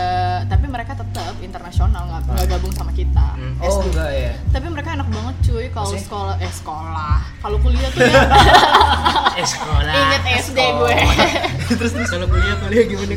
tapi mereka tetap internasional nggak nggak gabung sama kita
Ah. Oh, enggak ya.
tapi mereka enak banget cuy kalau
Maksudnya?
sekolah eh sekolah kalau kuliah tuh ya
Eh sekolah.
inget SD gue
terus terus kalau kuliah kuliah gimana?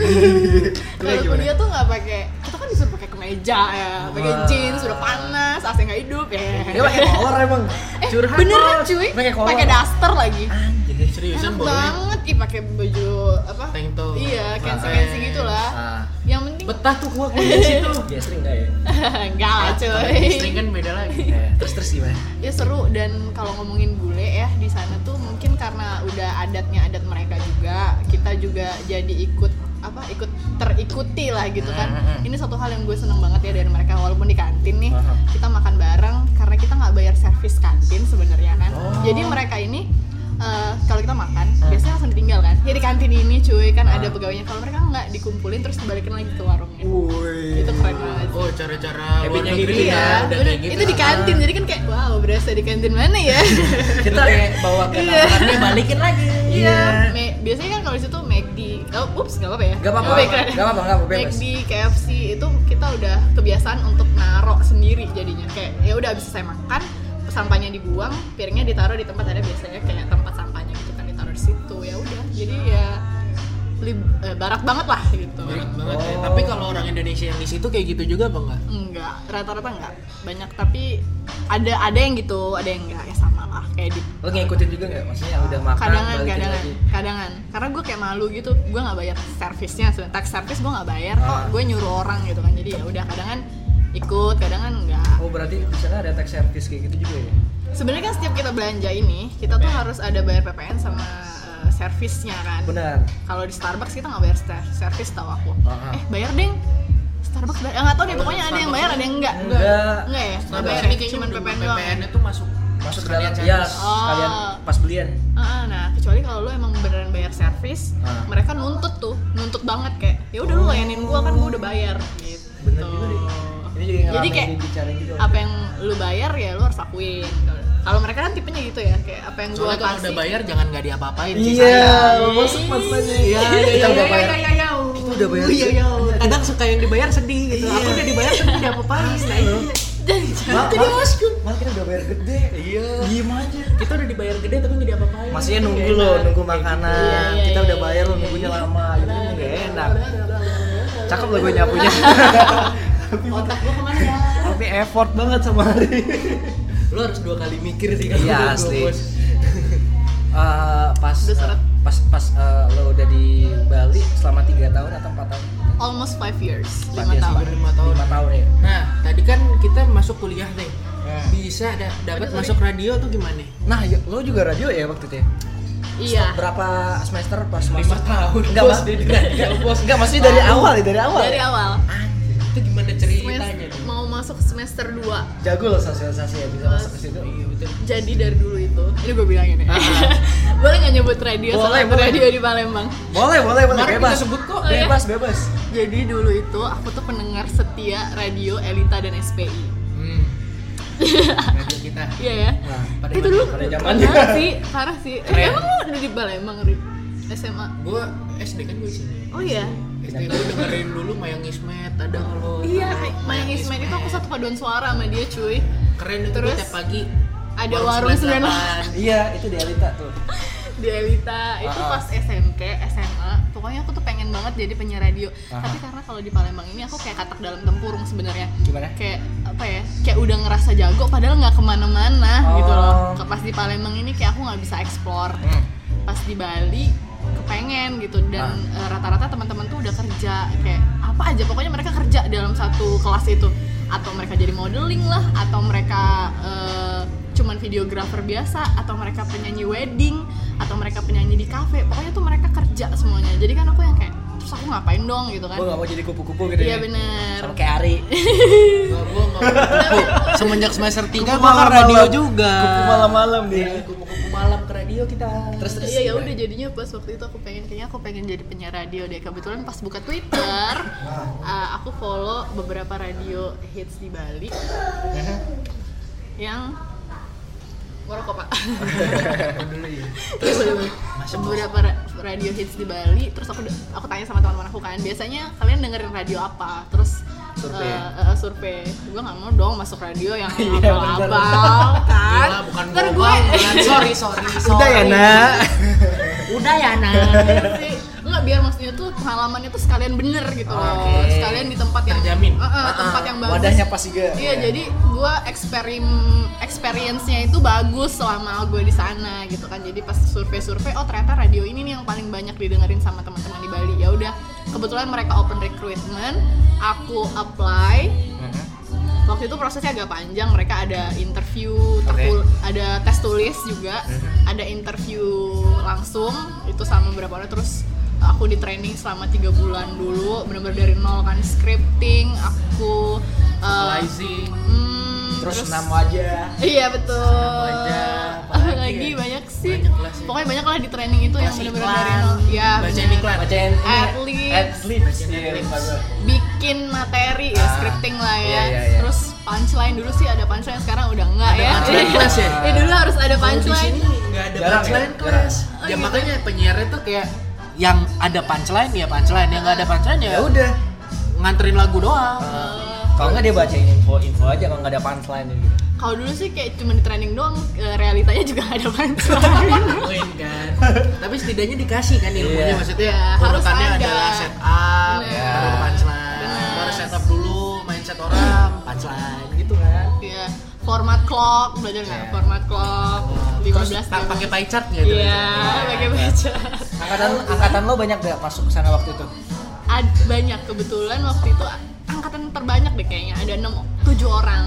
kalau kuliah tuh nggak pakai kita kan disuruh pakai kemeja ya pakai
Wah.
jeans udah panas AC nggak hidup ya
Ah. Dia pakai kolor emang.
eh
Curhat
beneran
Bos.
cuy
Pakai kolor.
pakai daster lagi
Jadi seriusan
enak
boleh.
banget ih pakai baju apa
Tank top.
iya kensi
Pakai-
kensi gitu lah
Ah.
yang penting
Betah tuh gua kuliah di situ.
Gastring enggak ya?
enggak lah
Ah, Istri
cuy
kan beda lagi.
Iya. Terus terus gimana?
ya seru dan kalau ngomongin bule ya di sana tuh mungkin karena udah adatnya adat mereka juga kita juga jadi ikut apa ikut terikuti lah gitu
Hmm,
kan ini satu hal yang gue seneng banget ya dari mereka walaupun di kantin nih
Aha.
kita makan bareng karena kita nggak bayar servis kantin sebenarnya kan
Oh.
jadi mereka ini eh, kalau kita makan
Hmm.
biasanya langsung ditinggal kan ya di kantin ini cuy kan ada pegawainya kalau mereka nggak dikumpulin terus dibalikin lagi ke warungnya
Woi.
itu keren banget
Oh cara-cara luar
Happy-nya
negeri
gitu
ya,
Iya,
udah
bener.
kayak gitu.
itu di kantin. Jadi kan kayak wow, berasa di kantin mana ya?
Kita kayak bawa ke
Iya.
kamarnya balikin lagi.
Iya. Me- biasanya kan kalau di situ McD, oh, ups, nggak apa-apa ya?
Gak apa-apa,
Nggak ya?
gak apa-apa, nggak apa-apa, bebas.
McD, KFC itu kita udah kebiasaan untuk narok sendiri jadinya kayak ya udah abis saya makan sampahnya dibuang, piringnya ditaruh di tempat ada biasanya kayak tempat sampahnya gitu kan ditaruh di situ ya udah. Jadi ya lib- eh, barat banget lah gitu.
Berat banget ya.
Oh.
Tapi kalau orang Indonesia yang di situ kayak gitu juga apa enggak?
Enggak, rata-rata enggak. Banyak tapi ada ada yang gitu, ada yang enggak ya sama lah kayak di
Lo ngikutin juga nggak? Maksudnya udah makan
kadangan
balikin
kadangan
lagi.
kadangan karena gue kayak malu gitu gue nggak bayar servisnya sebenarnya tax service gue nggak bayar kok
Ah.
gue nyuruh orang gitu kan jadi ya udah kadangan ikut kadangan enggak
Oh berarti di sana ada tax service kayak gitu juga ya?
sebenarnya kan setiap kita belanja ini kita
Iya.
tuh harus ada bayar PPN sama eh, servisnya kan
Benar.
kalau di Starbucks kita nggak bayar ser- servis tau aku
Ah, ah.
eh bayar deng Starbucks bayar eh, nggak tau deh pokoknya ada yang bayar ada yang enggak
Enggak.
enggak ya nggak
Tapi
bayar
sini
ya?
kayaknya
cuma
udah
PPN doang
PPN itu masuk
Masuk ke dalam
sekalian
ya
service.
Oh.
kalian pas belian.
Ah, nah kecuali kalau lu emang beneran bayar servis
Ah.
mereka nuntut tuh nuntut banget kayak ya udah lu layanin gua kan gua udah bayar gitu
Bener juga deh. Ini juga yang
Jadi
ramai
kayak
dibicarain gitu.
apa yang lu bayar ya lu harus akuin kalau mereka kan tipenya gitu ya kayak apa yang gua
Soalnya kalau udah
kasih
bayar jangan nggak diapa-apain sih,
Iya,
sayang.
masuk masalahnya.
Iya, iya,
kita
iya,
udah
iya,
bayar.
iya, iya, iya.
Kita udah bayar.
Iya, iya. Kadang suka yang dibayar sedih gitu.
Iya.
Aku udah dibayar sedih udah apa-apain.
Mal, mal, mal kita udah bayar gede.
Iya.
Diem aja.
Kita udah dibayar gede tapi nggak diapa-apain.
Maksudnya nunggu lo, nunggu makanan.
Iya, iya,
Kita udah
iya,
bayar lo
iya,
nunggunya
iya.
lama. Gitu kan nggak enak. Cakep lo gue nyapunya.
otak gua kemana ya
Tapi effort banget sama Eh, hari.
Lo harus dua kali mikir sih kalau
Iya
nunggu,
asli.
Bos.
Eh, pas
Udah
eh,
seret.
pas pas eh, lo udah di Bali selama 3 tahun atau 4 tahun?
almost five years
Empat
lima
ya,
tahun
sebenarnya.
Lima tahun.
5 tahun ya.
Nah, tadi kan kita masuk kuliah nih. Bisa da- dapat
Aduh, sorry.
masuk radio tuh gimana?
Nah, ya- lo juga radio ya waktu itu ya?
iya
Berapa semester pas
Lima
masuk?
tahun.
Enggak,
bos,
Mak.
dia di radio, bos.
Enggak, maksudnya dari awal ya, dari awal. Ah,
dari awal
Itu gimana ceritanya?
Mes-
tuh?
mau masuk semester 2
Jago lo sosialisasi ya bisa masuk ke situ.
Iya betul.
jadi dari dulu itu ini gue bilangin ya boleh nggak nyebut radio
Boleh,
salah satu
boleh.
radio di Palembang
Boleh, boleh, boleh.
Kemarin
Bebas.
kita sebut kok.
Oh, iya?
Bebas, bebas.
jadi dulu itu aku tuh pendengar setia radio Elita dan SPI
Hmm. Radio kita.
Iya ya.
Nah,
pada
itu
zaman-
dulu
pada
keren
zamannya.
banget sih, parah sih. Eh,
Keren.
emang lu udah di Palembang, Rip? SMA.
Gue SD kan gue sini.
Oh iya.
SD gue dengerin dulu Mayang Ismet ada kalau
Iya,
Mayang
Mayang Ismail itu aku satu paduan suara sama dia, cuy.
keren itu
Terus,
tiap pagi
ada warung
98.
Iya, itu di Elita tuh.
Di Elita itu
Ah.
pas SMP, SMA. Pokoknya aku tuh pengen banget jadi penyiar radio.
Ah.
Tapi karena kalau di Palembang ini aku kayak katak dalam tempurung sebenarnya.
Gimana?
Kayak apa ya? Kayak udah ngerasa jago padahal nggak kemana-mana gitu
Oh.
loh. Ke- Pas di Palembang ini kayak aku nggak bisa explore.
Hmm.
pas di Bali kepengen online gitu dan
Ah.
eh, rata-rata teman-teman tuh udah kerja kayak apa aja pokoknya mereka kerja dalam satu kelas itu atau mereka jadi modeling lah atau mereka eh, cuman videografer biasa atau mereka penyanyi wedding atau mereka penyanyi di kafe pokoknya tuh mereka kerja semuanya jadi kan aku yang kayak terus aku ngapain dong gitu kan
Gue gak mau jadi kupu-kupu gitu ya.
iya bener
Sama kayak Ari.
Gua- gua nggak- semenjak semester 3
Kupu
gua ke
malam-malam.
radio juga.
Kupu malam-malam dia.
Iya, Kupu-kupu malam ke radio kita.
Terus terus.
Iya ya udah jadinya pas waktu itu aku pengen kayaknya aku pengen jadi penyiar radio deh. Kebetulan pas buka Twitter,
Nah.
uh, aku follow beberapa radio hits di Bali yang merokok pak.
ya.
beberapa ra- radio hits di Bali. Terus aku aku tanya sama teman-teman aku kan, biasanya kalian dengerin radio apa? Terus
Survei.
eh, eh, survei. Gue nggak mau dong masuk radio yang
Iya,
abal-abal kan.
Gila, bukan
Ntar
gua,
gue-
bukan. sorry, sorry, sorry.
Udah ya nak.
udah ya nak nggak biar maksudnya tuh pengalamannya tuh sekalian bener gitu loh
Oke.
sekalian di tempat yang
Terjamin.
Ah,
Eh, eh, tempat yang bagus
Wadahnya pas juga.
iya jadi gue eksperim experience-nya itu bagus selama gue di sana gitu kan jadi pas survei-survei oh ternyata radio ini nih yang paling banyak didengerin sama teman-teman di Bali ya udah kebetulan mereka open recruitment aku apply
Hmm.
waktu itu prosesnya agak panjang mereka ada interview terkul- ada tes tulis juga
Mhm.
ada interview langsung itu sama beberapa orang terus aku di training selama tiga bulan dulu benar-benar dari nol kan scripting aku uh,
Analyzing.
hmm,
Terus enam aja.
Iya betul.
aja,
Apalagi,
apalagi ya?
banyak sih.
Banyak lah sih.
Pokoknya banyak lah di training itu yang
Baca
benar-benar
iklan.
dari nol. Ya,
Bacain
benar.
iklan.
Bacain
E.
ini.
At least.
At least.
Bacain
Iya,
at least.
lupa gua.
bikin materi ya, scripting lah ya.
iya, iya, iya.
Terus punchline dulu sih ada punchline sekarang udah enggak ya.
punchline class ya?
Ya, dulu harus ada punchline.
Nggak ada
Jarang
E
ya?
punchline
Jarang.
kelas.
Oh,
Ya
gitu.
makanya penyiarnya tuh kayak yang ada punchline ya punchline, yang nggak ada punchline ya
Ya udah.
nganterin lagu doang.
Eh,
Kalau nggak dia bacain info-info aja kalau nggak ada punchline gitu.
kalau dulu sih kayak cuma di training doang, eh, realitanya juga ada punchline.
Win kan. Tapi setidaknya dikasih kan ilmunya
Iya.
maksudnya
Iya, harus
urutannya
ada.
adalah set up,
Bener.
baru punchline,
Bener.
baru set up dulu, mindset orang, punchline gitu kan.
Iya, format clock, belajar nggak?
Iya.
Format clock, 15
Terus
belas
tak pakai pie chart nggak itu?
Iya, pakai baca.
Angkatan angkatan lo banyak gak masuk ke sana waktu itu?
Ad, banyak kebetulan waktu itu angkatan terbanyak deh kayaknya ada enam tujuh orang.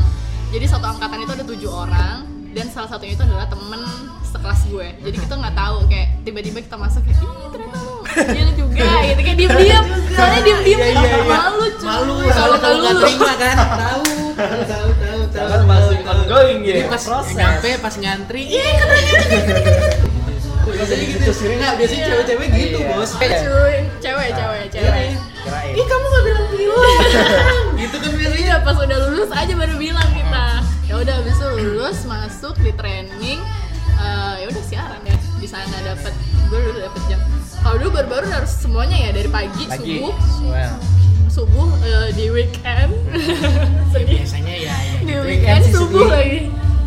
Jadi satu angkatan itu ada tujuh orang dan salah satunya itu adalah temen sekelas gue. Jadi kita nggak tahu kayak tiba-tiba kita masuk kayak ini ternyata lu yang juga gitu kayak diem-diem. Soalnya diem-diem
Iya,
kan
iya, iya.
malu cuy.
Malu, soalnya kalau nggak
lulus.
terima kan? Tahu, tahu, tahu, tahu, tahu.
Kan masih ongoing ya.
Jadi pas
Proses.
nyampe, pas ngantri, iya biasanya gitu. Nggak, biasanya cewek-cewek gitu
Iya.
bos.
Cewek, cuy. cewek,
Iya,
cewek, cewek.
Kirain.
Ih kamu gak bilang bilang.
Gitu kan biasanya.
Iya pas udah lulus aja baru bilang kita. Ya udah habis itu lulus masuk di training eh, ya udah siaran ya di sana dapat gue dulu dapat jam. Kalau dulu baru-baru harus semuanya ya dari pagi,
Lagi.
subuh
Well.
subuh eh, di weekend sedih
Biasanya ya, ya.
di
Weekend
weekend
sih
subuh
sedih.
lagi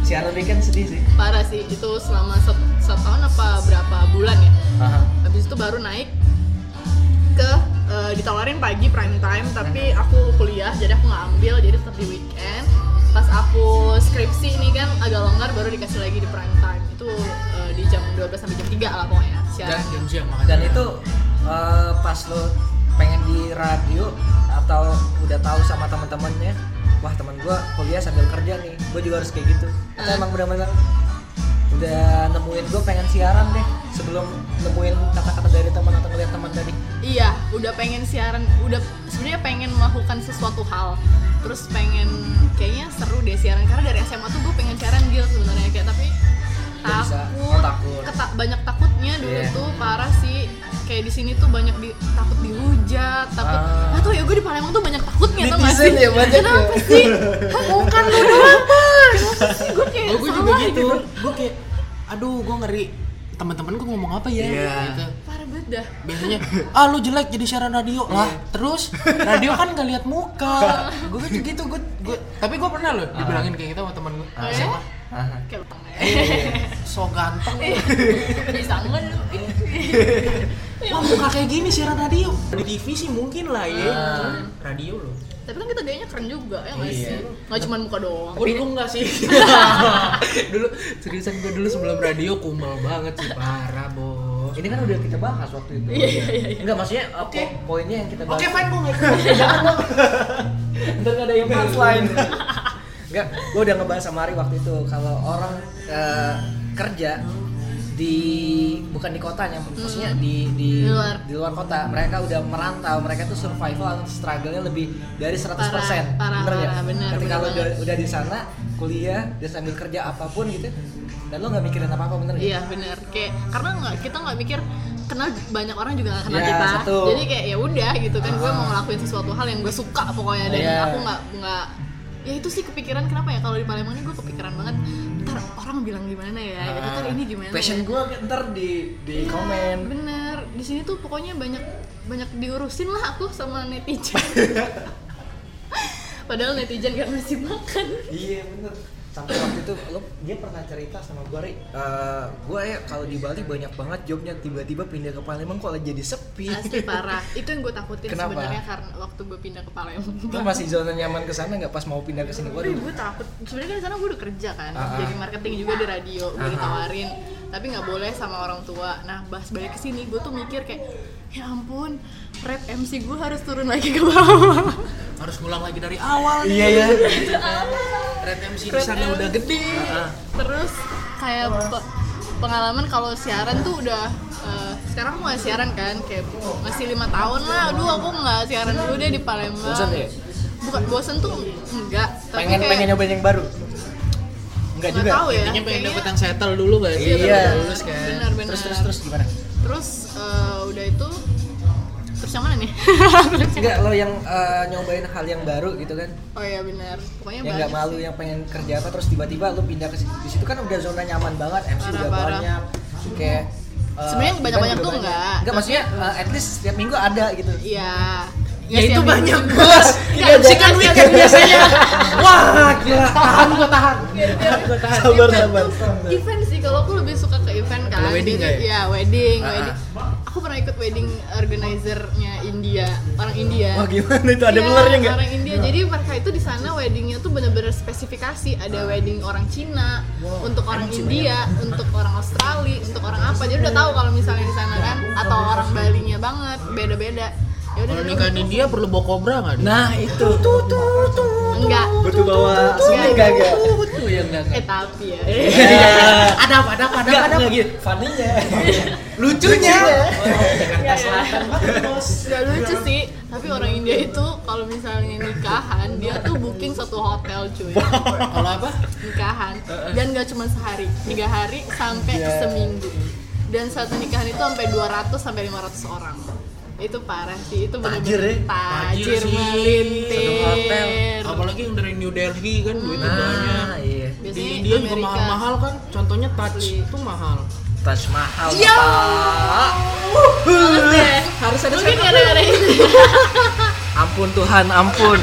Siaran weekend kan sedih sih.
parah sih itu selama set- setahun apa berapa bulan ya
Aha.
habis itu baru naik ke eh, ditawarin pagi prime time tapi aku kuliah jadi aku nggak ambil jadi tetap di weekend pas aku skripsi ini kan agak longgar baru dikasih lagi di prime time itu eh, di jam 12 sampai jam 3 lah pokoknya
Dan
siaran
jam siang
Dan itu eh, pas lo pengen di radio atau udah tahu sama teman-temannya, wah teman gua kuliah sambil kerja nih, gua juga harus kayak gitu. Itu
Ah.
emang benar-benar udah nemuin gua pengen siaran deh sebelum nemuin kata-kata dari teman atau ngeliat teman tadi.
iya udah pengen siaran udah sebenarnya pengen melakukan sesuatu hal terus pengen kayaknya seru deh siaran karena dari SMA tuh gue pengen siaran gil sebenarnya kayak tapi
Nggak bisa.
takut,
Oh, takut.
keta- banyak takutnya dulu
Iya.
tuh parah sih kayak di sini tuh banyak di- takut dihujat takut
Ah.
ah tuh ya gue di Palembang tuh banyak takutnya tuh masih
Netizen ya banyak ya.
kenapa sih Hah, bukan lu doang kenapa sih gue kayak
Oh, gue juga
salah
gitu. Gue kayak, aduh, gue ngeri teman-teman gue ngomong apa ya?
Iya.
Gitu.
parah banget dah
Biasanya, ah lu jelek jadi siaran radio
Iya.
lah. Terus radio kan nggak lihat muka. gue gitu gitu, gue, gue. Tapi gue pernah loh dibilangin kayak gitu sama temen gue.
Oh, ya?
Siapa?
Aha.
kayak utang ya.
Iya.
So ganteng.
bisa enggak lu
Wah muka kayak gini siaran radio. Di TV sih mungkin lah ya.
Eh,
Cuman Radio loh.
Tapi kan kita gayanya keren juga ya nggak
Iya.
sih? Nggak cuma muka doang.
Gue Oh, dulu enggak sih. dulu seriusan gue dulu sebelum radio kumal banget sih parah bos.
Ini kan udah kita bahas waktu itu.
Iya, iya, iya.
Enggak maksudnya uh,
Oke.
po- poinnya yang kita bahas.
Oke, fine, gue nggak ikut. Jangan dong.
Ntar nggak ada yang punchline. Enggak, gue udah ngebahas sama Ari waktu itu kalau orang eh, kerja di bukan di kotanya, maksudnya di di,
Hmm. Di luar.
di luar kota, mereka udah merantau, mereka tuh survival atau struggle-nya lebih dari 100%.
Parah, parah,
bener nggak?
parah, bener,
Ketika
bener
lo udah,
banget.
udah di sana kuliah, dia sambil kerja apapun gitu, dan lo nggak mikirin apa-apa bener nggak?
Iya benar. Kayak karena nggak kita nggak mikir kenal banyak orang juga nggak kenal
Iya,
kita.
satu. Ah.
Jadi kayak ya udah gitu kan gue mau ngelakuin sesuatu hal yang gue suka pokoknya dan
Iya.
aku nggak nggak ya itu sih kepikiran kenapa ya kalau di Palembang ini gue kepikiran banget ntar orang bilang gimana ya gitu ntar ini gimana
Ah, Passion
ya.
gue ntar di di
Iya,
komen.
bener di sini tuh pokoknya banyak banyak diurusin lah aku sama netizen padahal netizen gak ngasih makan
Iya bener. Sampai waktu itu lo dia pernah cerita sama gue, Ri. Eh, gue ya kalau di Bali banyak banget jobnya tiba-tiba pindah ke Palembang kok jadi sepi.
asli parah itu yang gue
Iya.
takutin
Kenapa?
sebenarnya karena waktu gue pindah ke Palembang
Lo masih zona nyaman ke sana nggak pas mau pindah ke sini?
tapi
Waduh.
gue takut sebenarnya kan di sana gue udah kerja kan
Ah, ah.
jadi marketing juga di radio gue
Ah, ah.
ditawarin tapi nggak boleh sama orang tua nah bahas balik ke sini gue tuh mikir kayak ya ampun rap MC gue harus turun lagi ke bawah
Harus ngulang lagi dari awal.
Iya ya.
Red MC di
Red
sana
MC.
udah gede.
Ah,
terus kayak pe- pengalaman kalau siaran tuh udah eh, sekarang aku nggak siaran kan kayak masih lima tahun lah aduh aku nggak siaran dulu deh di Palembang
Bosan ya?
bukan bosen tuh enggak tapi
Pengen
kayak
pengen nyobain yang baru. Enggak
nggak
juga.
tahu ya
Kayaknya pengen dapet
kayaknya-
yang settle dulu gak sih?
Iya.
Baru Lulus kan.
Benar-benar.
Terus terus terus gimana?
Terus eh, udah itu terus yang mana nih?
Enggak lo yang eh, nyobain hal yang baru gitu kan?
oh iya benar. Pokoknya
yang Ya, nggak malu yang pengen kerja apa terus tiba-tiba lu pindah ke situ. di situ kan udah zona nyaman banget MC
Parah,
udah
parah.
banyak kayak eh,
Sebenarnya
event
banyak-banyak
juga
tuh
banyak.
nggak,
nggak
tapi-
maksudnya eh, at least setiap minggu ada gitu
Iya.
Ya itu
setiap
banyak
minggu.
bos.
Nggak,
MC kan
jangan.
lu yang biasanya.
wah gila tahan gua tahan
Event
sabar
tuh-
sabar
Event sih kalau aku lebih suka ke event kan.
Kalau wedding nggak ya?
Iya, wedding,
Ah,
wedding. Aku pernah ikut wedding organizer-nya India, orang India.
wah gimana itu ada
Iya,
ularnya nggak
Orang India. Jadi mereka itu di sana weddingnya tuh bener-bener spesifikasi.
Ah.
Ada wedding orang Cina, untuk orang
ya?
India, untuk orang Australia, untuk orang apa. Jadi udah tahu kalau misalnya di sana kan atau orang Balinya banget, beda-beda. Ya udah
Kalau
dulu.
nikahin India perlu bawa kobra nggak? nih?
nah itu tuh tuh tuh
Enggak.
butuh bawa sini
tuh,
nggak
Iya.
nggak
Tuh yang nggak
Eh tapi ya.
Iya. Ada apa? Ada apa? Ada
nggak
apa?
nggak
Ada apa?
gitu funny-nya.
Lucunya.
Jakarta
Iya,
Selatan banget, bos
Gak ya lucu sih, tapi orang India itu kalau misalnya nikahan dia tuh booking satu hotel cuy
Kalau apa?
nikahan dan gak cuma sehari tiga hari sampai
Iya.
seminggu dan satu nikahan itu sampai 200 sampai 500 orang itu parah sih itu benar
Tajir ya?
tajir
sih.
melintir Iya.
Satu hotel. Apalagi yang dari New Delhi kan duitnya banyak.
nah iya
Di
biasanya
India juga
Amerika.
mahal-mahal kan. Contohnya touch itu mahal.
Taj Mahal
Ya.
Pak.
Males deh.
Harus ada
mungkin
setup.
gara-gara ini
ampun Tuhan ampun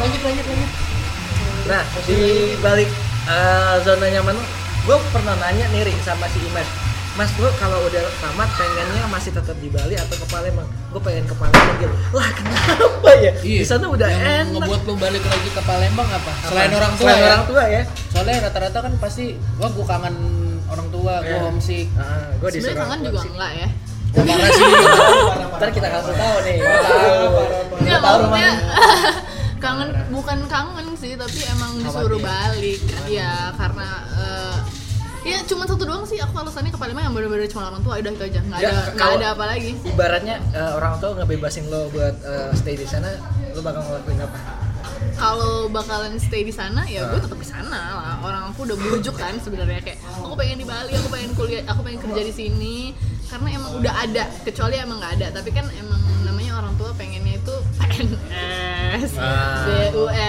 Lanjut lanjut lanjut.
nah di balik eh, zona nyaman gue pernah nanya nih Ri, sama si Iman Mas gue kalau udah tamat pengennya masih tetap di Bali atau ke Palembang gue pengen ke Palembang gitu lah kenapa ya di sana udah
Iya. yang
enak
ngebuat lu balik lagi ke Palembang apa? Selain
Apa?
orang tua.
selain
ya?
orang tua ya
Soalnya rata-rata kan pasti wah gua kangen orang tua, gua
Iya.
homesick.
Ah, gue
sebenarnya kangen juga enggak ya
Gua marah sih.
ntar kita kasih tahu nih nggak
Enggak
tahu
maksudnya
rumahnya
kangen bukan kangen sih tapi emang disuruh balik ya karena eh, ya cuma satu doang sih aku alasannya ke Palembang yang bener-bener cuma orang tua udah itu aja nggak
Ya,
ada nggak
kalau-
ada apa lagi
ibaratnya eh, orang tua ngebebasin lo buat eh, stay di sana lo bakal ngelakuin apa
kalau bakalan stay di sana ya
Ah.
gue tetap di sana lah orang aku udah bujuk kan sebenarnya kayak aku pengen di Bali aku pengen kuliah aku pengen kerja di sini karena emang udah ada kecuali emang nggak ada tapi kan emang namanya orang tua pengennya itu PNS
Ah.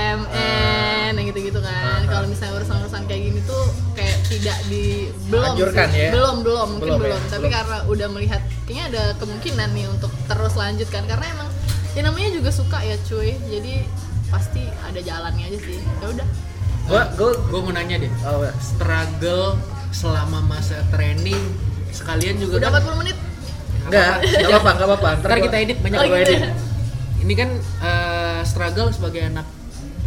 BUMN yang gitu-gitu kan kalau misalnya urusan-urusan kayak gini tuh kayak tidak di belum
Anjurkan
sih.
ya?
belum belum mungkin
Belum
belum,
ya?
tapi
Belum.
karena udah melihat kayaknya ada kemungkinan nih untuk terus lanjutkan karena emang ya namanya juga suka ya cuy jadi pasti ada jalannya aja sih ya udah
gue gue
gua mau nanya deh.
oh, well.
Struggle selama masa training sekalian juga
udah
kan
40 menit
Enggak, enggak apa-apa, enggak apa-apa.
Ntar kita edit banyak
Oh,
gua
gitu
edit.
ya?
Ini kan eh, struggle sebagai anak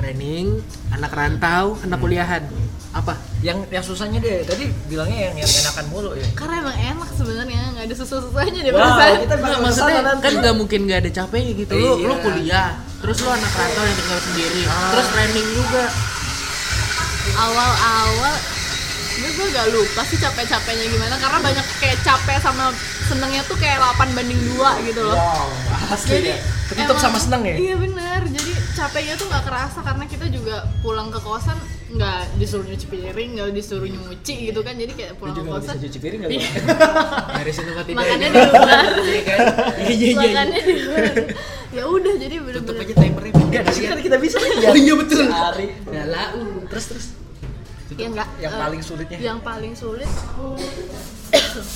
training, anak rantau, anak kuliahan. apa
yang yang susahnya deh tadi bilangnya yang yang enakan mulu ya
karena emang enak sebenarnya nggak ada susah-susahnya deh
Wow,
perasaan
kita-
Nggak,
bakal
maksudnya
kesana nanti.
kan nggak mungkin nggak ada capeknya gitu lu
Iya.
lu kuliah terus lu anak rantau yang tinggal sendiri
Ah.
terus training juga
awal-awal gue gue gak lupa sih capek-capeknya gimana karena banyak kayak capek sama senengnya tuh kayak 8 banding 2 gitu loh
wow asli
jadi
ya ketutup
Iya. emang-
sama seneng ya
iya benar jadi capeknya tuh nggak kerasa karena kita juga pulang ke kosan nggak disuruh nyuci piring nggak disuruh nyuci gitu kan jadi kayak pulang ke kosan
cuci piring nggak
Iya.
dari situ ke tidak
makannya di luar
iya iya iya
makannya di luar ya udah jadi
tutup aja
bener-bener
timernya
Enggak, di sini kan kita bisa nih
Oh, iya, betul.
Sehari.
Nah, lau.
uh, Terus terus Ah.
ya enggak
yang
eh,
paling ya. sulitnya.
yang paling sulit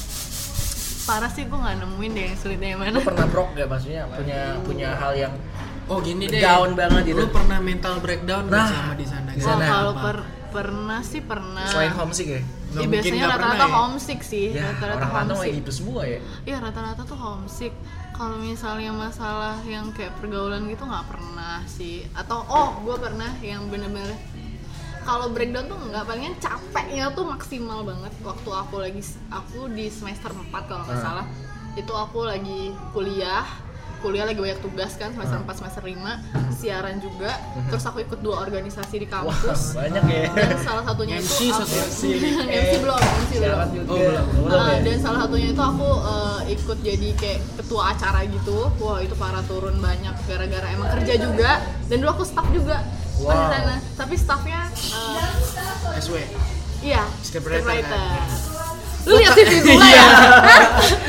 parah sih gue nggak nemuin deh yang sulitnya yang mana
Lu pernah broke gak maksudnya punya punya hal yang
oh gini deh
Down banget gitu.
lu pernah mental breakdown nggak
Nah,
sama di sana
di
Oh,
sana.
kalau per- pernah sih pernah.
selain homesick ya?
Nggak
Ya,
mungkin
biasanya
nggak
rata-rata
pernah ya.
homesick sih,
Ya,
rata-rata
orang rantau kayak
Iya, homesick.
gitu semua ya.
Iya, rata-rata tuh homesick. Kalau misalnya masalah yang kayak pergaulan gitu nggak pernah sih. Atau oh, gue pernah yang bener-bener kalau breakdown tuh nggak palingan capeknya tuh maksimal banget waktu aku lagi aku di semester 4 kalau nggak
Ah.
salah itu aku lagi kuliah kuliah lagi banyak tugas kan semester
Ah. Hmm.
4 semester 5 siaran juga terus aku ikut dua organisasi di kampus
banyak ya.
dan salah satunya
MC
itu
satu MC.
MC belum MC belum
Siaran juga.
Oh, belum.
Belum
Ah,
ya?
dan salah satunya itu aku eh, ikut jadi kayak ketua acara gitu wah itu para turun banyak gara-gara emang kerja juga dan dulu aku staff juga pas di
Wow.
sana tapi staffnya eh,
SW
iya
Scriptwriter. Iya.
lu lihat CV gue ya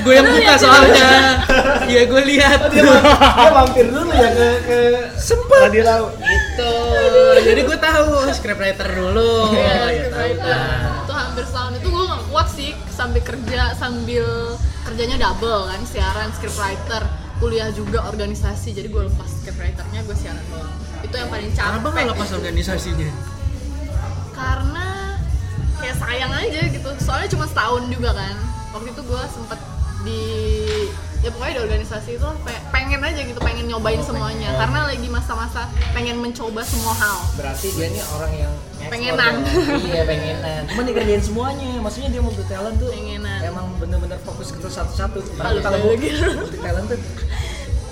gue yang buka soalnya iya gue lihat
Dia mampir dulu ya ke ke sempat. Tadi tahu.
gitu jadi gue tahu scriptwriter dulu
Iya,
Iya, tahu.
scriptwriter. itu hampir setahun itu gue gak kuat sih sambil kerja sambil kerjanya double kan siaran scriptwriter kuliah juga organisasi jadi gue lepas scriptwriternya gue siaran doang itu yang paling capek
Kenapa nggak lepas organisasinya?
karena kayak sayang aja gitu soalnya cuma setahun juga kan waktu itu gue sempet di ya pokoknya di organisasi itu lah, pe- pengen aja gitu pengen nyobain semuanya karena lagi masa-masa pengen mencoba semua hal
Berarti dia ini orang yang ekspor
Pengenan.
ya. Iya, pengenan. Cuma dikerjain semuanya. Maksudnya dia multi talent tuh
Pengenan.
emang bener-bener fokus ke satu-satu.
Lalu
Kalau kalau
balik lagi.
multi talent tuh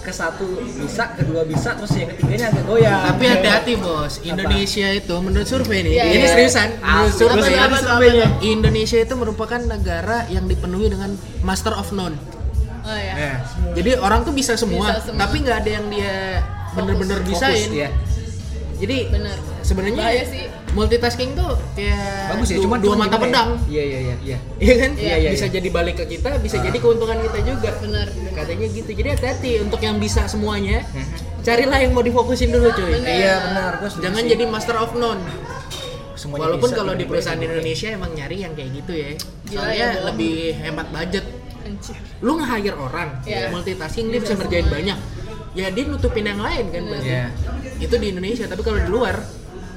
ke satu bisa, kedua bisa, terus yang ketiganya agak Iya. goyang.
Tapi hati-hati bos, Indonesia itu menurut survei nih,
Iya,
ini
iya.
seriusan, menurut
Asli.
survei,
Apa tuh, apa tuh, apa tuh?
Indonesia itu merupakan negara yang dipenuhi dengan master of none.
iya.
oh ya
Iya.
Nah, jadi orang tuh bisa semua,
Bisa semua.
tapi nggak ada yang dia bener-bener
Fokus iya.
bisain.
dia.
Jadi
Bener.
sebenarnya
Bahaya sih.
multitasking tuh kayak
Bagus ya,
du-
cuma cuma
dua
gimana
mata
ya?
pedang.
Iya, iya, iya, iya.
Iya kan?
Iya, iya,
bisa
iya.
jadi balik ke kita, bisa
Ah.
jadi keuntungan kita juga.
bener bener.
Katanya gitu. Jadi hati-hati untuk yang bisa semuanya, carilah yang mau difokusin dulu cuy.
Bener.
Iya, benar. Gua setuju
Nah, Jangan
sih.
jadi master of none.
Semuanya
Walaupun
bisa,
kalau di
bener-bener
perusahaan
gitu.
Indonesia emang nyari yang kayak gitu ya.
Gila
Soalnya
ya, Bang.
lebih hemat budget.
Anjir.
Lu nge-hire orang,
Iya.
multitasking dia
Bisa
bisa ngerjain
semua.
banyak. Ya dia nutupin yang lain kan
Bener.
berarti.
Iya.
Itu di Indonesia, tapi kalau di luar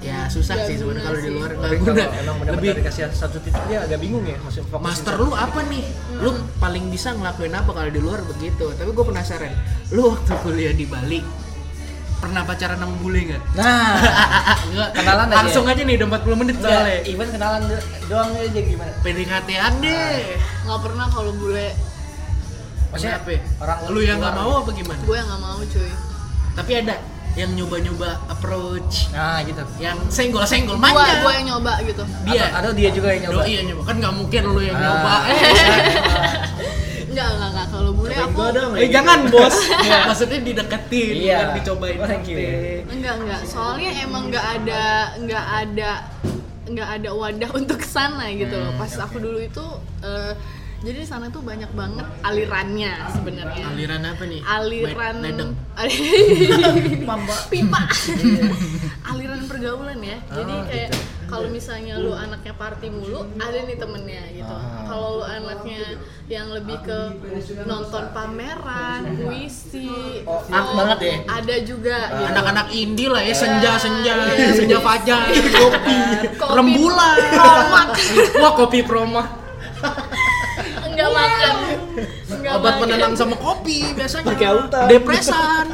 ya susah
Nggak
sih sebenarnya
guna
kalau di
sih.
luar nggak
Tapi
guna.
kalau emang
nah, Lebih
benar-benar dikasih satu titik dia agak bingung ya maksudnya fokusin
master
satu-
lu apa nih? Lu paling bisa ngelakuin apa kalau di luar begitu? Tapi gue penasaran, lu waktu kuliah di Bali pernah pacaran sama bule nggak?
Nah,
Nggak.
Kenalan aja Iya.
Langsung aja nih udah 40 menit
enggak,
soalnya.
even kenalan do- doang aja gimana?
PDKT-an deh.
nggak pernah kalau bule
Maksudnya
Kenapa ya?
orang
lu yang nggak
luar.
mau apa gimana?
gue yang nggak mau cuy
Tapi ada yang nyoba-nyoba approach,
Nah, gitu.
yang senggol-senggol
gue
manja.
gue yang nyoba gitu
Dia.
Atau, atau dia juga yang nyoba.
Doi yang nyoba kan nggak mungkin lu yang
Ah.
nyoba. Eh,
nggak nggak nggak kalau bule
Cobain
aku
gua dong. ya.
eh, jangan bos. Maksudnya dideketin,
Iya.
bukan dicobain.
Thank you.
Enggak enggak, soalnya emang enggak ada enggak ada enggak ada wadah untuk kesana gitu loh.
Hmm,
Pas aku
oke.
dulu itu eh, jadi di sana tuh banyak banget alirannya sebenarnya.
Aliran apa nih?
Aliran
Med- medok.
pipa. aliran pergaulan ya. Jadi
Ah,
kayak
gitu.
kalau misalnya lu anaknya party mulu, ada nih temennya gitu.
Ah.
Kalau lu anaknya yang lebih ke nonton pameran, puisi,
Oh,
art banget ya?
Ada juga
Ah,
gitu.
Anak-anak indie lah ya, senja-senja,
Iya.
senja fajar, kopi,
Kopi.
rembulan,
Promak.
Wah, kopi promak.
Enggak makan. Enggak
obat
makan.
penenang sama kopi biasanya
Pakai autan.
Kan
depresan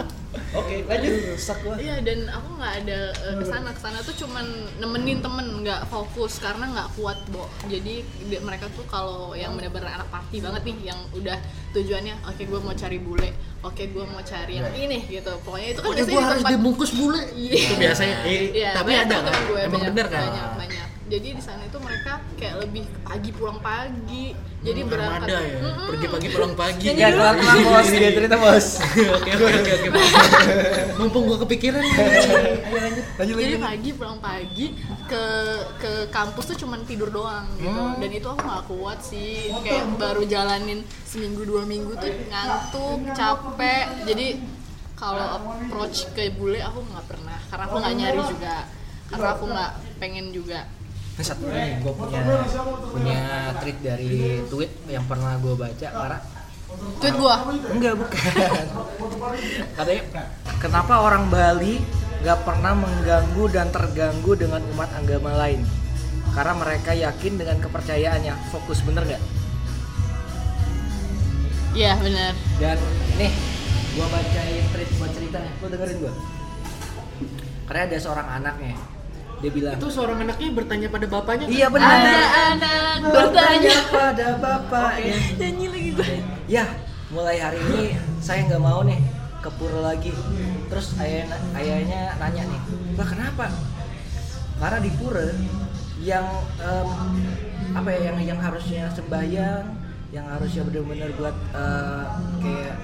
Oke, lanjut. Rusak gua.
Iya dan aku nggak ada eh, kesana kesana tuh cuman nemenin temen nggak fokus karena nggak kuat bo. Jadi di- mereka tuh kalau yang benar-benar anak party banget nih yang udah tujuannya oke gue mau cari bule, oke gue mau cari yang ini gitu. Pokoknya itu kan
Iya. Pokoknya gue harus dibungkus bule.
Iya.
Itu biasanya.
Iya,
tapi
banyak
ada
temen
kan?
gue,
Emang
banyak,
bener kan?
Banyak, banyak. Jadi di sana itu mereka kayak lebih ke pagi pulang pagi. Jadi
Hmm,
berangkat.
armada ya.
Mm-mm.
Pergi pagi Iya, pulang pagi.
Jadi
Ya,
dulu-
kelar kelar bos, dia cerita bos.
Oke oke oke oke. Mumpung gue kepikiran.
Ayo lanjut. Lanjut
Jadi
lanjut.
pagi pulang pagi ke ke kampus tuh cuman tidur doang gitu.
Oh.
Dan itu aku gak kuat sih. Kayak baru jalanin seminggu dua minggu tuh ngantuk, capek. Jadi kalau approach ke bule aku nggak pernah karena aku nggak nyari juga. Karena aku nggak pengen juga.
Ini satu ini gue punya punya trik dari tweet yang pernah gue baca Clara.
Tweet gua.
Enggak bukan. Katanya kenapa orang Bali nggak pernah mengganggu dan terganggu dengan umat agama lain? Karena mereka yakin dengan kepercayaannya. Fokus bener nggak?
Iya benar.
Dan nih gua bacain tweet buat ceritanya. Lo dengerin gua. Karena ada seorang anaknya. Dia bilang,
Itu seorang anaknya bertanya pada bapaknya.
"Iya
Ada
benar."
anak
Bertanya
bertanya.
pada bapaknya.
Nyanyi lagi gue.
ya mulai hari ini saya nggak mau nih ke pura lagi terus ayahnya ayahnya nanya nih lah kenapa karena di pura yang em, apa ya yang yang harusnya sembahyang yang harusnya benar-benar buat eh, kayak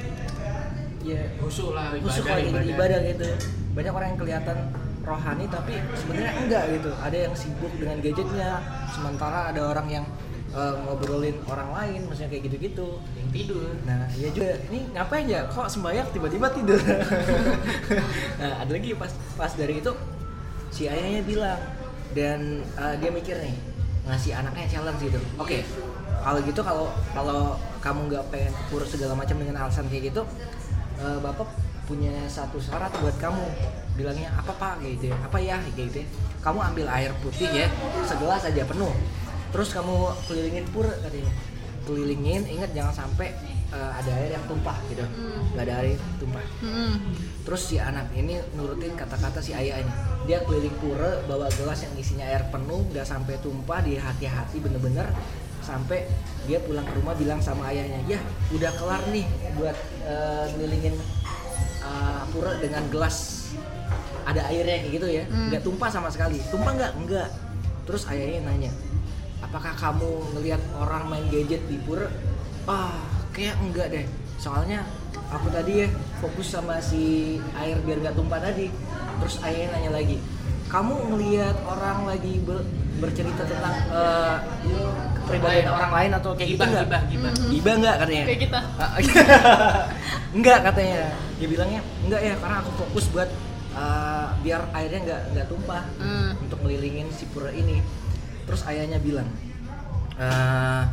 ya
Busuk lah ibadah.
khusus lagi ibadah. ibadah gitu banyak orang yang kelihatan rohani tapi sebenarnya enggak gitu ada yang sibuk dengan gadgetnya sementara ada orang yang eh, ngobrolin orang lain maksudnya kayak gitu-gitu
Yang tidur.
Nah, iya juga. Ini ngapain ya? Kok sembahyang tiba-tiba tidur? nah, ada lagi pas pas dari itu si ayahnya bilang dan eh, dia mikir nih ngasih anaknya challenge gitu. Oke. Kalau gitu kalau kalau kamu nggak pengen kurus segala macam dengan alasan kayak gitu, eh, bapak punya satu syarat buat kamu bilangnya apa pak kayak gitu ya apa ya kayak gitu ya kamu ambil air putih ya segelas aja penuh terus kamu kelilingin pur katanya kelilingin ingat jangan sampai eh, ada air yang tumpah gitu nggak ada air yang tumpah
Hmm.
terus si anak ini nurutin kata-kata si ayahnya dia keliling pura bawa gelas yang isinya air penuh nggak sampai tumpah dia hati-hati bener-bener sampai dia pulang ke rumah bilang sama ayahnya ya udah kelar nih buat eh, kelilingin eh, pura dengan gelas ada airnya kayak gitu ya
Hmm.
nggak tumpah sama sekali tumpah nggak nggak terus ayahnya nanya apakah kamu ngelihat orang main gadget di pura ah kayak enggak deh soalnya aku tadi ya fokus sama si air biar nggak tumpah tadi terus ayahnya nanya lagi kamu ngelihat orang lagi ber- bercerita tentang eh, kepribadian orang lain atau kayak gitu
Iya. Gibah
nggak
gibah gitu. gibah.
Iba nggak katanya
Kayak kita.
Ah, enggak katanya dia bilangnya enggak ya karena aku fokus buat uh, biar airnya enggak enggak tumpah
Hmm.
untuk ngelilingin si pura ini terus ayahnya bilang "Ah,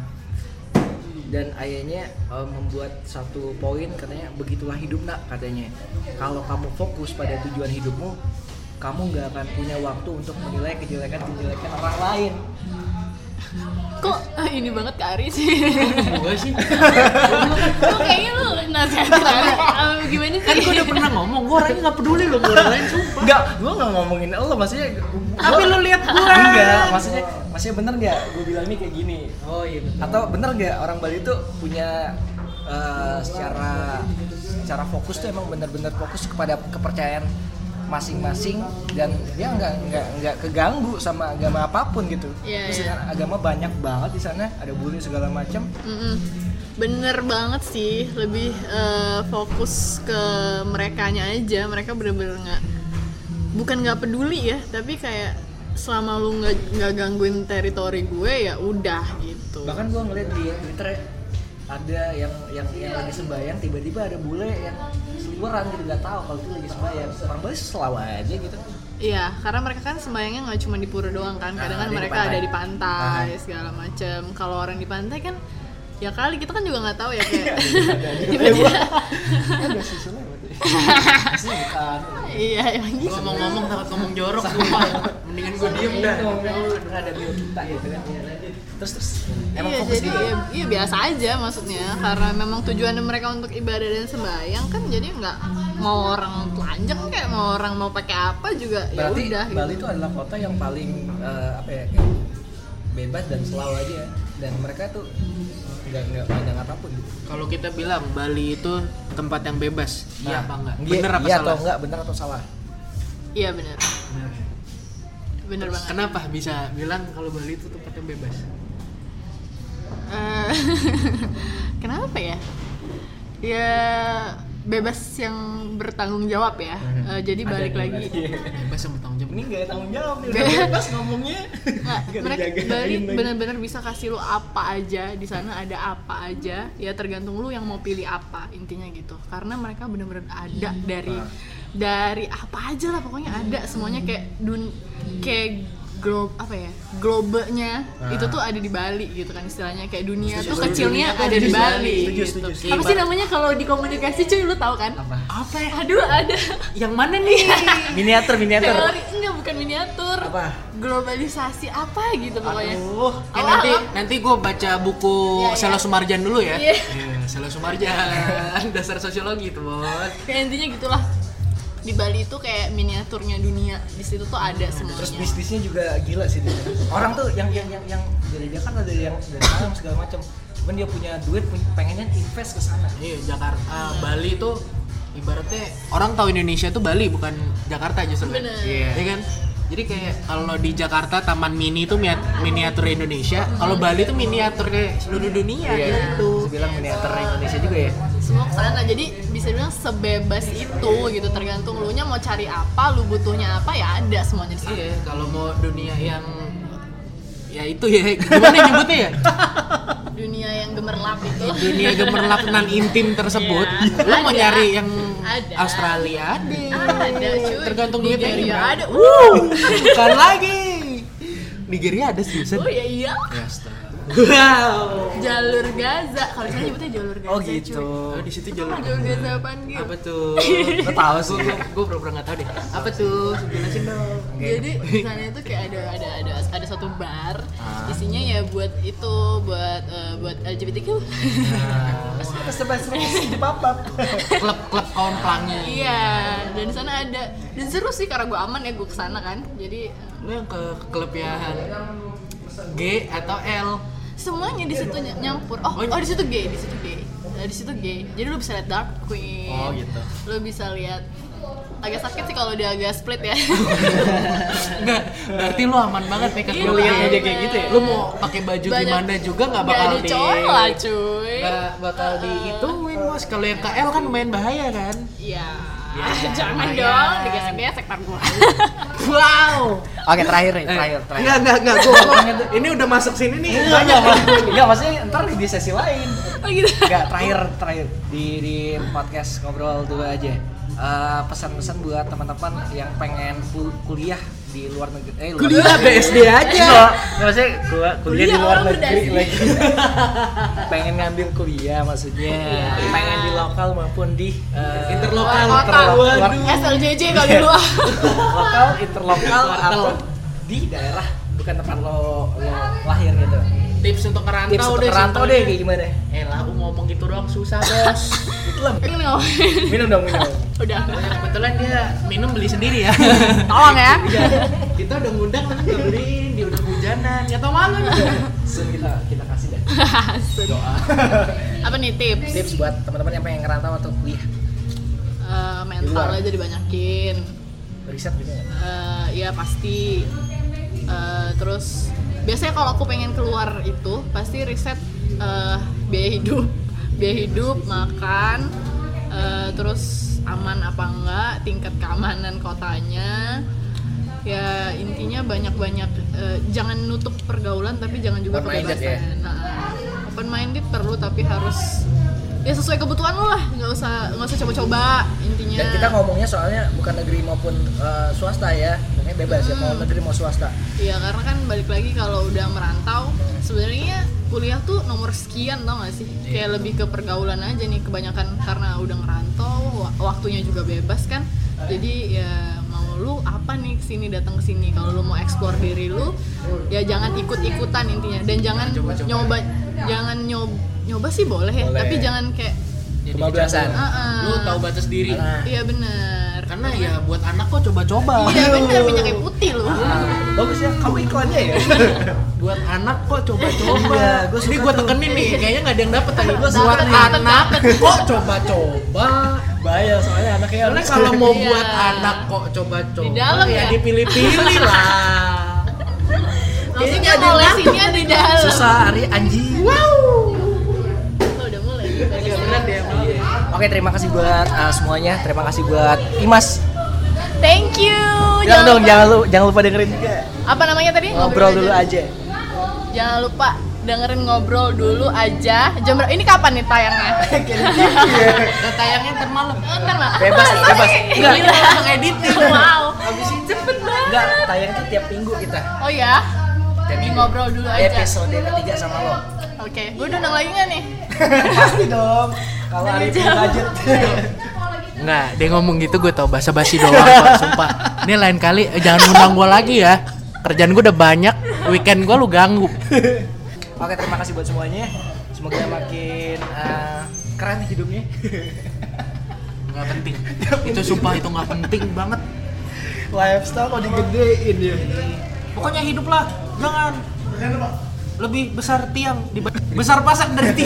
dan ayahnya uh, membuat satu poin katanya begitulah hidup nak katanya kalau kamu fokus pada tujuan hidupmu kamu nggak akan punya waktu untuk menilai kejelekan kejelekan orang lain
Kok ah, ini banget Kak Ari sih?
Gue sih.
lu kayaknya lu nasihatin Ari Ah, gimana sih?
Kan gue udah pernah ngomong. Gue orangnya nggak peduli loh. Gue orang lain sumpah.
enggak gua nggak ngomongin lo maksudnya
Tapi lu lihat gue.
enggak maksudnya maksudnya bener nggak gue bilang ini kayak gini
Oh iya.
atau bener nggak orang Bali itu punya eh, secara secara fokus tuh emang bener-bener fokus kepada kepercayaan masing-masing dan dia nggak nggak nggak keganggu sama agama apapun gitu
Iya,
Terus
iya.
dengan agama banyak banget di sana ada bule segala macam
Mm-mm. Bener banget sih, lebih eh, fokus ke merekanya aja. Mereka bener-bener nggak, bukan nggak peduli ya, tapi kayak selama lu nggak nggak gangguin teritori gue ya udah gitu.
bahkan gue ngeliat di Twitter ya, ada yang yang yang lagi sembahyang tiba-tiba ada bule yang seliweran gitu nggak tahu kalau itu lagi sembahyang orang Bali selalu aja gitu
Iya, karena mereka kan sembayangnya nggak cuma di pura doang kan. Kadang
Ah,
kan
ada di
mereka
pantai. Ah.
ada di pantai segala macem. Kalau orang di pantai kan ya kali kita kan juga nggak tahu ya
Iya,
kayak tiba-tiba.
ada sisi lewat sih bukan
Iya, emang gitu.
Ngomong-ngomong takut ngomong jorok sumpah. Mendingan gue diem dah.
Ngomong-ngomong ada bio kita gitu kan. terus terus emang
iya,
fokus
jadi
gitu
iya, iya, biasa aja maksudnya karena memang tujuan mereka untuk ibadah dan sembahyang kan jadi nggak mau orang telanjang kayak mau orang mau pakai apa juga ya
berarti
udah gitu.
Bali itu adalah kota yang paling eh, apa ya bebas dan selalu aja ya. dan mereka tuh nggak nggak pandang apapun gitu
Kalau kita bilang Bali itu tempat yang bebas,
Nah,
iya apa enggak?
iya-
Bener apa
iya
salah?
atau enggak bener atau salah
Iya benar. Benar
Terus
banget.
Kenapa bisa bilang kalau Bali itu tempat yang bebas?
Eh, kenapa ya? Ya bebas yang bertanggung jawab ya. Eh, jadi
Hmm. Ada Iya.
balik
nih,
lagi.
Bebas yang bertanggung jawab.
ini nggak tanggung jawab nih
Be-
bebas ngomongnya
Nggak,
Nggak
Nah, mereka
dijagain
Bali
lagi.
benar-benar bisa kasih lu apa aja di sana ada apa aja ya tergantung lu yang mau pilih apa intinya gitu karena mereka benar-benar ada
Hmm,
dari dari apa aja lah pokoknya ada semuanya kayak dun kayak globe apa ya globenya
Ah.
itu tuh ada di Bali gitu kan istilahnya kayak dunia tuh kecilnya ada di Bali
Setuju,
gitu.
setuju,
apa sih namanya kalau di komunikasi cuy lu tahu kan
Apa?
Apa? ya?
aduh ada
Yang mana nih?
miniatur miniatur
teori enggak bukan miniatur
Apa?
globalisasi apa gitu pokoknya
Aduh.
Eh,
Apa,
nanti
apa?
nanti gue baca buku
Iya, iya.
Selo Sumarjan dulu ya.
Iya.
Iya, Selo Sumarjan, dasar sosiologi tuh bos.
Kayak Ya, intinya gitulah di Bali itu kayak miniaturnya dunia di situ tuh ada
terus
semuanya
bisnisnya juga gila sih dia. orang tuh yang yang yang yang dari Jakarta dari yang dari Malang segala macam cuman dia punya duit punya- pengennya invest ke sana
Iya Jakarta, ah, Bali tuh ibaratnya orang tahu Indonesia tuh Bali bukan Jakarta justru kan.
Bener.
Iya kan? Jadi kayak kalau di Jakarta Taman Mini tuh miniat- miniatur Indonesia, kalau Bali tuh miniaturnya seluruh dunia gitu.
Iya, Terus bilang miniatur Indonesia juga ya
semua kesana jadi bisa dibilang sebebas itu gitu tergantung lu nya mau cari apa lu butuhnya apa ya ada semuanya di sana
Iya, kalau mau dunia yang ya itu ya gimana nyebutnya ya?
dunia yang gemerlap itu
Dunia gemerlap nan intim tersebut.
Iya.
Lo mau
Ada.
nyari yang
Ada.
Australia ada.
ada cuy
Tergantung duitnya
Nigeria
gimana.
ada Wuh.
Bukan lagi. Nigeria ada sih. Sen.
oh ya iya
Ya, astaga. Wow.
jalur Gaza kalau di sana nyebutnya jalur Gaza
oh gitu
cuy.
Oh, di situ
Apa
jalur
jalur Gaza apaan gitu
apa tuh? Gak tahu sih. Gue pura-pura nggak tahu deh. Apa tuh? Jelasin dong.
Jadi di sana itu kayak ada ada ada ada satu bar
Ah.
isinya ya buat itu buat eh, buat LGBTQ.
Ah.
terus terus terus papap
Klub-klub kaum pelangi.
Iya, dan di sana ada dan seru sih karena gue aman ya gue kesana kan. Jadi eh,
Lo yang ke kelebihan G atau L?
semuanya di situ ny- nyampur. Oh,
iya.
oh di situ gay, di situ gay. Eh, di situ gay. Jadi lu bisa lihat dark queen.
Oh, gitu.
Lu bisa lihat agak sakit sih kalau dia agak split ya.
Enggak, berarti lo aman banget make
Iya,
up
aman.
aja kayak gitu ya. Lo mau pakai baju
Banyak-
gimana juga nggak
Nggak
bakal
ada
di
cowok lah cuy.
nggak bakal dihitungin bos. Kalau yang ke L kan main bahaya kan.
Iya.
Biasa,
Jangan
lumayan.
dong, digesek-gesek ntar gua.
Wow.
oke terakhir
Eh,
nih terakhir terakhir
Iya.
Enggak, enggak, enggak. Gua ngomongnya tuh, ini udah masuk sini nih.
Enggak, enggak, enggak, Iya, maksudnya ntar di sesi lain
Oh gitu.
Enggak, terakhir, terakhir Di, di podcast ngobrol dua aja Eh, Pesan-pesan buat teman-teman yang pengen kul- kuliah di luar negeri eh, luar
Kuliah
negeri.
BSD aja.
Enggak, enggak, maksudnya gua- kuliah di
Kuliah
luar
orang
negeri
berdasi.
lagi Pengen ngambil kuliah maksudnya Pengen di lokal maupun di eh,
Interlokal.
interlokal.
Waduh.
SLJJ kali lu.
lokal interlokal
Kuartal.
atau di daerah bukan tempat lo, lo lahir gitu
Tips untuk ngerantau
tips untuk rantau deh kayak gimana
Eh lah, aku ngomong gitu doang susah bos.
Lem.
Ini ngomongin.
minum dong minum
Udah.
Nah, kebetulan dia minum beli sendiri ya. Iya.
Tolong ya.
kita udah ngundang tapi nggak beliin, dia udah hujanan. Nggak tau malu nih.
Sun kita kita kasih deh
Doa. Apa nih tips?
tips buat teman-teman yang pengen ngerantau atau kuliah
Eh, mental aja dibanyakin.
riset gitu juga nggak?
Eh, ya pasti. Eh, terus biasanya kalau aku pengen keluar itu pasti riset eh, biaya hidup, biaya hidup, makan, eh, terus aman apa enggak, tingkat keamanan kotanya. Ya intinya banyak-banyak eh, jangan nutup pergaulan tapi jangan juga
Open-minded ya.
kebebasan. Nah, open minded perlu tapi harus ya sesuai kebutuhan lo lah, nggak usah nggak usah coba-coba intinya.
dan kita ngomongnya soalnya bukan negeri maupun eh, swasta ya pokoknya bebas ya mau negeri mau swasta
Iya karena kan balik lagi kalau udah merantau sebenarnya kuliah tuh nomor sekian tau gak sih
Iya.
kayak lebih ke pergaulan aja nih kebanyakan karena udah ngerantau wa- waktunya juga bebas kan jadi ya mau lu lu apa nih kesini datang kesini kalau lu mau eksplor diri lu ya jangan ikut-ikutan intinya dan jangan
Coba-coba.
nyoba jangan nyoba nyoba sih boleh ya
Boleh.
tapi jangan kayak
Jadi
Kebablasan.
kecanduan.
Ah, ah.
Lu tahu batas diri.
Karena-
iya benar
Karena ya buat anak kok coba-coba.
iya benar minyak kayu putih lu
Ah,
Bagus ya, kamu iklannya ya.
buat anak kok coba-coba
Iya, gua
ini
suka
gue
tuh.
tekenin nih kayaknya nggak ada yang dapet tadi gue
Dapet,
buat
dapet,
anak
dapet.
kok coba-coba
Bahaya soalnya anaknya.
karena kalau mau
Iya.
buat anak kok coba-coba
Di dalam ya?
dipilih-pilih lah
maksudnya koleksinya di
ah,
dalam
susah Ari anjing.
Lo udah mulai
agak berat ya maaf ya.
Oke, terima kasih buat uh, semuanya. Terima kasih buat Imas.
thank you
Jangan dong,
Oh, lupa-
jangan lu jangan lupa dengerin juga.
apa namanya tadi
Ngobrol dulu aja.
jangan lupa dengerin ngobrol dulu aja jam ber- ini kapan nih tayangnya
Dan tayangnya ntar malam
Ntar lah.
Bebas,
Sorry.
bebas.
Enggak, kita langsung editing.
wow
Habis ini
cepet banget
Enggak, tayang tuh tiap minggu kita.
oh ya
Tiap
Ini
minggu.
ngobrol dulu aja oke
Episode ketiga sama lo.
gue udah nang lagi nggak nih
Pasti dong. Kalau Ari punya budget.
Nggak, dia ngomong gitu gue tau bahasa basi doang kok, sumpah Ini lain kali eh, jangan undang gue lagi ya Kerjaan gue udah banyak, weekend gue lu ganggu
Oke, terima kasih buat semuanya. Semoga makin uh, keren hidupnya.
Nggak penting, itu sumpah itu nggak penting banget
Lifestyle mau digedein ya.
Pokoknya hiduplah, jangan lebih besar tiang, dibanding- besar pasak dari tiang